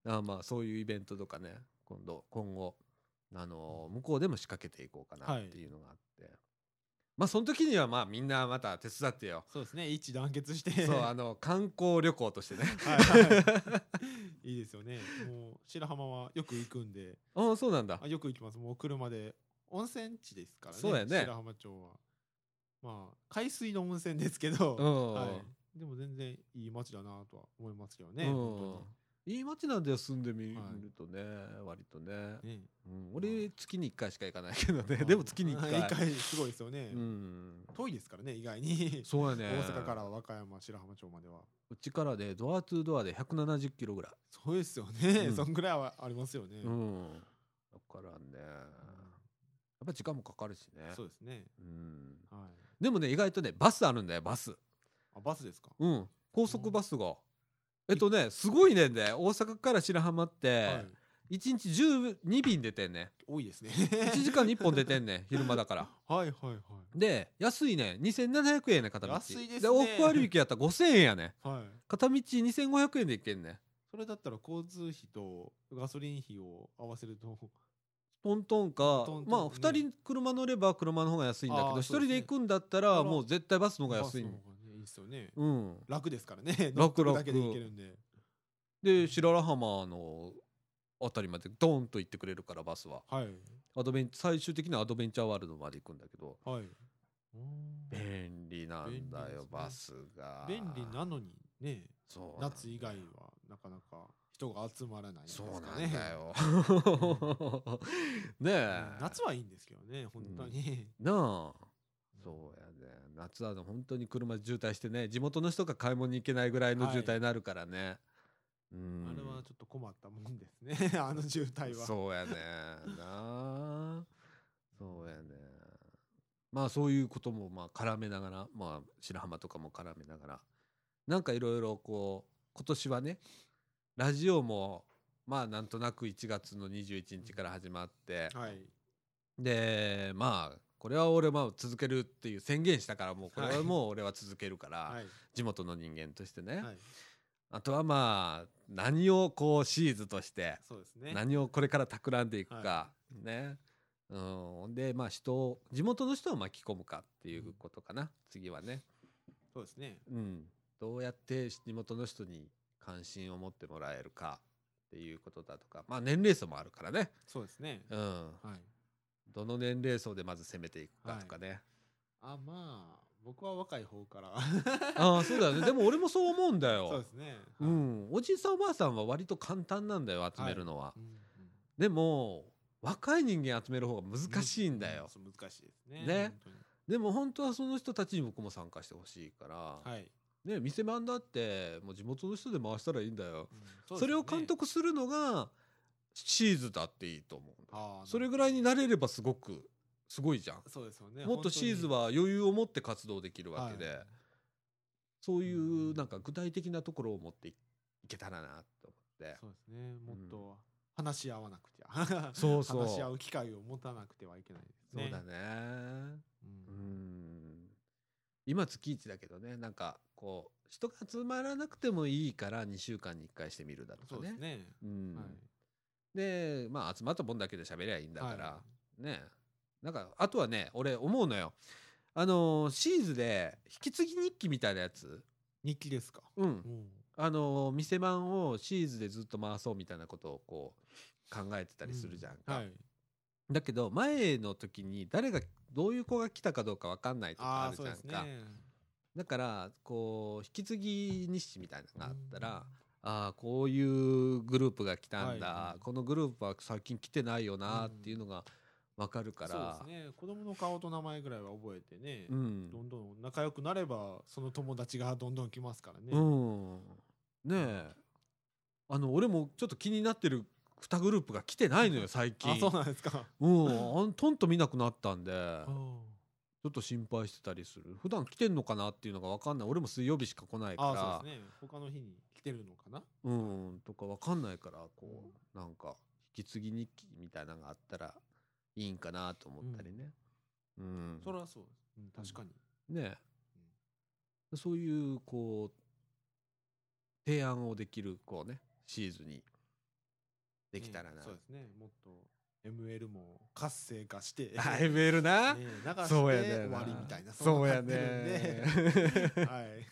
あまあそういうイベントとかね今度今後あの向こうでも仕掛けていこうかな
は
っ
い
ていうのがあって、まあその時にはまあみんなまた手伝って よ
そうですね一致団結して
そう
は
あの観光旅行としてね
いはい、いいですよねもう白浜はよく行くんで
ああそうなんだ
あよく行きますもう車で温泉地ですからね
そうだよね
白浜町はまあ海水の温泉ですけど、
うん
はい、でも全然いい街だなとは思いますよね、
うん
本
いい街なんだよ住んでみる,、
はい
とね割とね、
当にね
うん、俺月に1回しか行かないけどね、
まあ
でも月に
はい
1回
一回すごいですよね、
うん
遠いですからね意外に
そうやね
大阪から和歌山白浜町までは
うちからで、ドアトゥドアで170キロぐらい、
そうですよね、
うん
そんぐらいはありますよね、
うんだからねやっぱ時間もかかるしね
そうですね
うん
はい
でもね意外とねバスあるんだよバス
あバスですか、
うん高速バスがえっとねすごいねんで大阪から白浜って
はい
1日12便出てんね
多いです ね
1時間に1本出てんねん 昼間だから
はいはいはい
で安いね2700円ね片道
安いですね
往復歩きやったら5000円やね
はい
片道2500円で行けんね
それだったら交通費とガソリン費を合わせると
トントンか
トントン
まあ
ね
2人車乗れば車の方が安いんだけ
あ
ど
ー
1
そ
人
うです
で
ね
行くんだったら
あら
もう絶対バスの方が安い
バスの方がねいいですよね、
うん
楽ですからね
楽楽
乗っとくだけで行けるんで
で白浜のあたりまでドーンと行ってくれるからバスは
はい
アドベン最終的にはアドベンチャーワールドまで行くんだけど
はいうん
便利なんだよ、
便利ですね
バスが
便利なのにね
そうなんだ
夏以外はなかなか人が集まらないです
そ
か
うな
ね
んだよ ねえ
うん夏はいいんですけどね本当に、
なあそうやね夏はね本当に車渋滞してね地元の人が買い物に行けないぐらいの
はい
渋滞になるからね、うん
あれはちょっと困ったもんですね あの渋滞は
そうやねなあそうやねまあそういうこともまあ絡めながらまあ白浜とかも絡めながらなんかいろいろこう今年はねラジオもまあなんとなく1月の21日から始まって、
はい
でまあこれは俺は続けるっていう宣言したからもうこれはもう俺は続けるから、
はい
地元の人間としてね、
はい
あとはまあ何をこうシーズとして
そうですね
何をこれから企んでいくか、
は
ね、うん、でまあ人を地元の人を巻き込むかっていうことかな、次はね、
そうですね
うん、どうやって地元の人に関心を持ってもらえるかっていうことだとかまあ年齢層もあるからね、
そうですね
うん、
はい
どの年齢層でまず攻めていくかとかね、
あまあ僕は若い方から
ああそうだよね でも俺もそう思うんだよ
そうですね
う
はい
ん、おじいさんおばあさんは割と簡単なんだよ集めるのは、
うんうん
でも若い人間集める方が難しいんだよ、
うんそう難しいですね
ね
本当に
でも本当はその人たちに僕も参加してほしいから、
はい
ね店番だってもう地元の人で回したらいいんだよ
うんうです
そ
よね
れを監督するのがシーズだっていいと思うんだよ
あー
それぐらいになれればすごくすごいじゃん、
そうですよね
もっとシーズは余裕を持って活動できるわけで、
はい
そういううんなんか具体的なところを持っていけたらなと思って
そうですねもっと話し合わなくて は
そうそう
話し合う機会を持たなくてはいけないです
そう
ね
だね
う
うんん今月一だけどねなんかこう人が集まらなくてもいいから2週間に1回してみるだと
そう
か
で
ね
すね
うん
はい
でまあ集まった分だけで喋りゃいいんだから、
は
ねなんかあとはね俺思うのよあのーシーズで引き継ぎ日記みたいなやつ
日記ですか
うん
うん
あのー店番をシーズでずっと回そうみたいなことをこう考えてたりするじゃんか、
はい
だけど前の時に誰がどういう子が来たかどうか分かんないとかあ
あ
る
あ
じ
そ
ゃ
うんで
か
す、ね
だからこう引き継ぎ日誌みたいなのがあったら、
うん
ああこういうグループが来たんだ、
はいはい
このグループは最近来てないよなっていうのが分かるから、
そうですね子供の顔と名前ぐらいは覚えてね
うん
どんどん仲良くなればその友達がどんどん来ますからね
うんねえあの俺もちょっと気になってる2グループが来てないのよ最近
あそうなんで すか
うんあんとんと見なくなったんで
あー
ちょっと心配してたりする普段来てんのかなっていうのが分かんない俺も水曜日しか来ないから
あーそうですね他の日に来てるのかな
うん、とかわかんないからこうなんか引き継ぎ日記みたいなのがあったらいいんかなと思ったりね。うん
それはそううん確かに
ねそういうこう提案をできるこうねシーズンにできたらな。
そうですね。もっと ML も活性 化して、
あ ML な、
ね、流して終
そうやねんな
わりみたいな。
そうや
んな
ね
感じなんではい。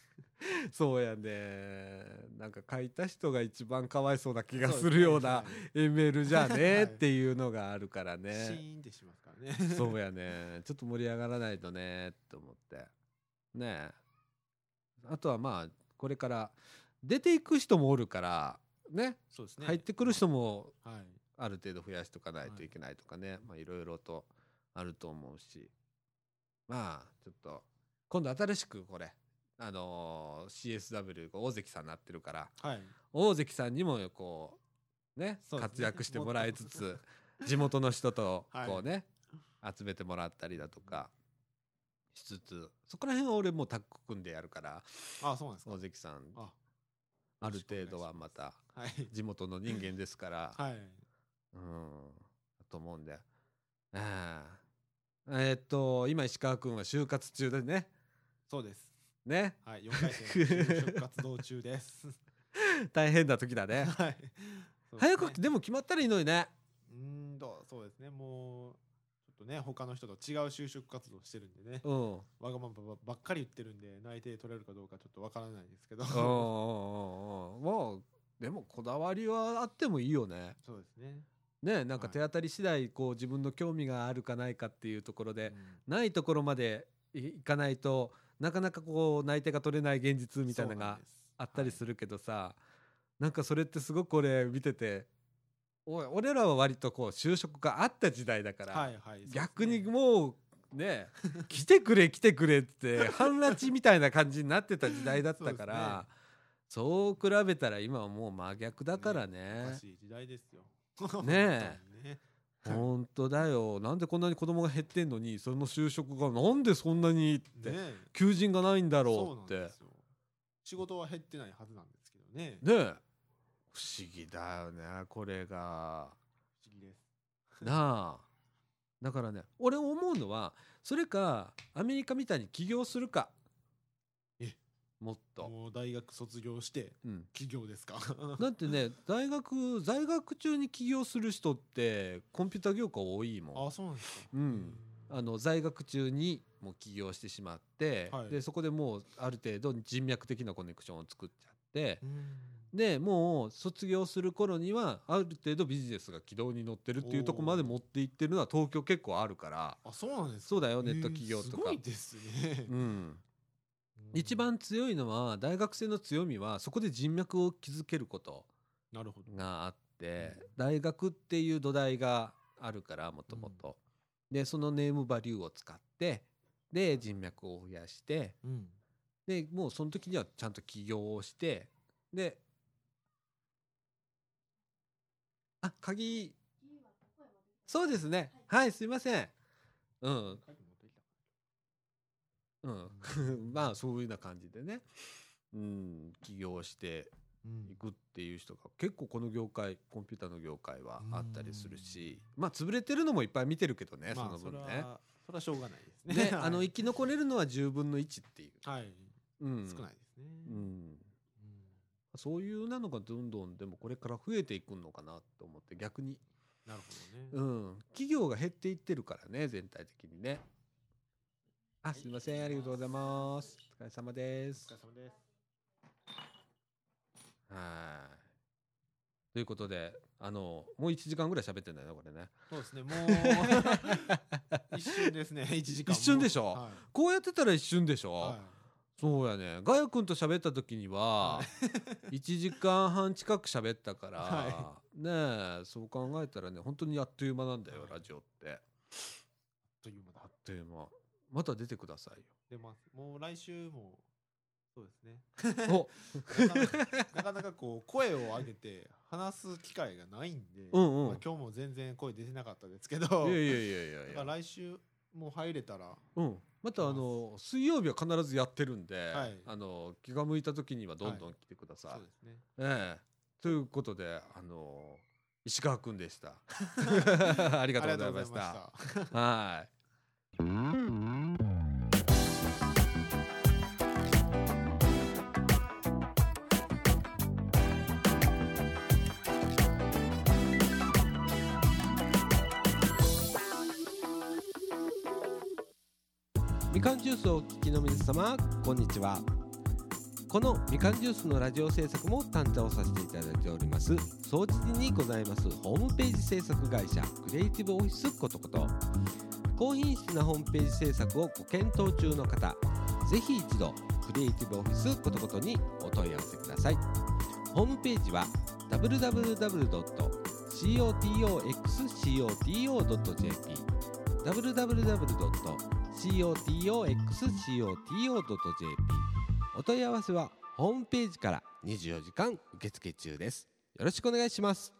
そうやねなんか書いた人が一番かわいそうな 気がするような ML じゃ
は
ね
い
っていうのがあるから
そうですね。はいシ
ね
ーンってしますからね。
そうやねちょっと盛り上がらないとねって思ってねえあとはまあこれから出ていく人もおるからね
そうですね。
入ってくる人も
はい。
ある程度増やしとかないといけないとかね、い、まあいろいろとあると思うしまあちょっと今度新しくこれあのー CSW が大関さんになってるから
はい。
大関さんにもこうね
そうですね
活躍してもらいつつ地元の人と
はい
こうね、集めてもらったりだとかしつつそこら辺は俺もうタッグ組んでやるから
あ、そうなんですか。
大関さん
あ、
ある程度はまた
はい。
地元の人間ですから。
はい。
うん、だと思うんで。ああえーっと、今石川くんは就活中でね。
そうです。
ね。
はい。4回生の就職活動中 です。
大変な時だ ね。
はい。そうですね
早く、でも決まったらいいのにね。
うーんと、そうですね。もう、ちょっとね、他の人と違う就職活動してるんでね。
うん。お
わがままばばっかり言ってるんで、内定取れるかどうかちょっとわからないですけど。
うおうおうおうもう、でもこだわりはあってもいいよね。
そうですね。
ね、なんか
はい
手当たり次第、こう自分の興味があるかないかっていうところで
う、ん
ないところまでいいかないとなかなかこう内定が取れない現実みたいなのがあったりす
る。
るけどさ、なんかそれってすごく俺見てておい俺らは割とこう就職があった時代だから、
はい、はい、はい
逆に
そうで
もう ね来てくれ来てくれって半拉致みたいな感じになってた時代だった からそう,、比べたら今はもう真逆だから
すね
ね
おかしい時代ですよ。
ね
本当にね
本当だよなんでこんなに子供が減ってんのにその就職がなんでそんなにって、
ねえ
求人がないんだ
そう
ろ
なん
うって
ですよ。仕事は減ってないはずなんですけどね。
ねえ不思議だよねこれが。
不思議です。
なあだからね俺思うのはそれかアメリカみたいに起業するか
え
もっと、
もう大学卒業して
うん、
起業ですか。
だってね大学在学中に起業する人ってコンピューター業界多いもん
あ、そうなんですか。
うんあの在学中にもう起業してしまって、
はい
でそこでもうある程度人脈的なコネクションを作っちゃって
う、ん。
でもう卒業する頃にはある程度ビジネスが軌道に乗ってるっていうとこまで持っていってるのは東京結構あるから。
あ、そうなんですか。
そうだよ
えー
ネット企業とか、
すごいですね。
うん、
うん
一番強いのは大学生の強みはそこで人脈を築けること
なるほど。
があって、
うん
大学っていう土台があるからもともとでそのネームバリューを使ってで人脈を増やして
うん。
でもうその時にはちゃんと起業をしてであ鍵そうですねはいすいませんうんうん、 まあそういうような感じでね、うん、起業して
うん
いくっていう人が結構この業界コンピューターの業界はあったりするしまあ潰れてるのもいっぱい見てるけどね、
まあ、
そ
そ
の
れ
分ね。
は、それはしょうがないですね。
ね、あの生き残れるのは10分の1っていう、
はい。
うん、
少ないですね。
うん、
うん
そういうようなのがどんどんでもこれから増えていくのかなと思って逆に、
なるほどね。
うん、企業が減っていってるからね全体的にね。あすいませんありがとうございますお疲れ様です
お疲。れ様です。
はい。ということで、あの、もう1時間ぐらい喋ってんだよね、これね。
そうですね、もう一瞬で すね、一時間も。
一瞬でしょ
は
こうやってたら一瞬でしょ、
いは
そうやね。ガヤ君と喋った時には
は、
1時間半近く喋ったから、
は
ねえ、そう考えたらね、本当にあっという間なんだよ
は、い
ラジオって。
い。という間だ
あっ。という間。また出てください
出ます。もう来週も、そうです ね。
よ。
なかなかなかなかこう、声を上げて話す機会がないんで、
うんうん
まあ今日も全然声出てなかったですけ
お
ど、
いやいやいやいや
だ
い
か
や。
ら来週もう入れたら、
うん。またあの、水曜日は必ずやってるんで、
はい
あの、気が向いた時にはどんどん来てください
そうですね。
ええ、ということで、あの石川くんでした。ありがとうございました。
ありがとうございました。
はい。みかんジュースをお聞きの皆様こんにちはこのみかんジュースのラジオ制作も担当させていただいております総知事にございますホームページ制作会社クリエイティブオフィスことこと高品質なホームページ制作をご検討中の方ぜひ一度クリエイティブオフィスことことにお問い合わせくださいホームページは www.cotoxcoto.jp www.cotoxcoto.jp お問い合わせはホームページから24時間受付中ですよろしくお願いします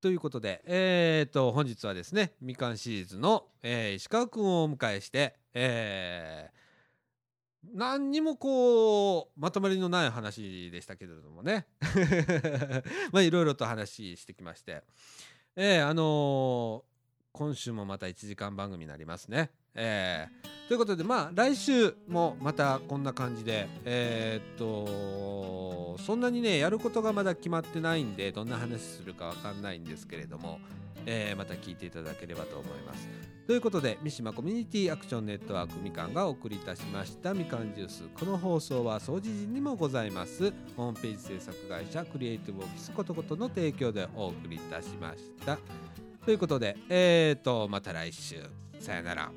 ということで、えー、と本日はですねみかんシリーズの、えー石川君をお迎えして、えー何にもこうまとまりのない話でしたけれどもね まあいろいろと話してきまして、えーあのー今週もまた1時間番組になりますね。えーということでまあ来週もまたこんな感じでえーっとそんなにねやることがまだ決まってないんでどんな話するかわかんないんですけれども、えーまた聞いていただければと思います。ということで三島コミュニティアクションネットワークみかんがお送りいたしましたみかんジュースこの放送は掃除時にもございますホームページ制作会社クリエイティブオフィスことことの提供でお送りいたしましたということでえーとまた来週さよなら。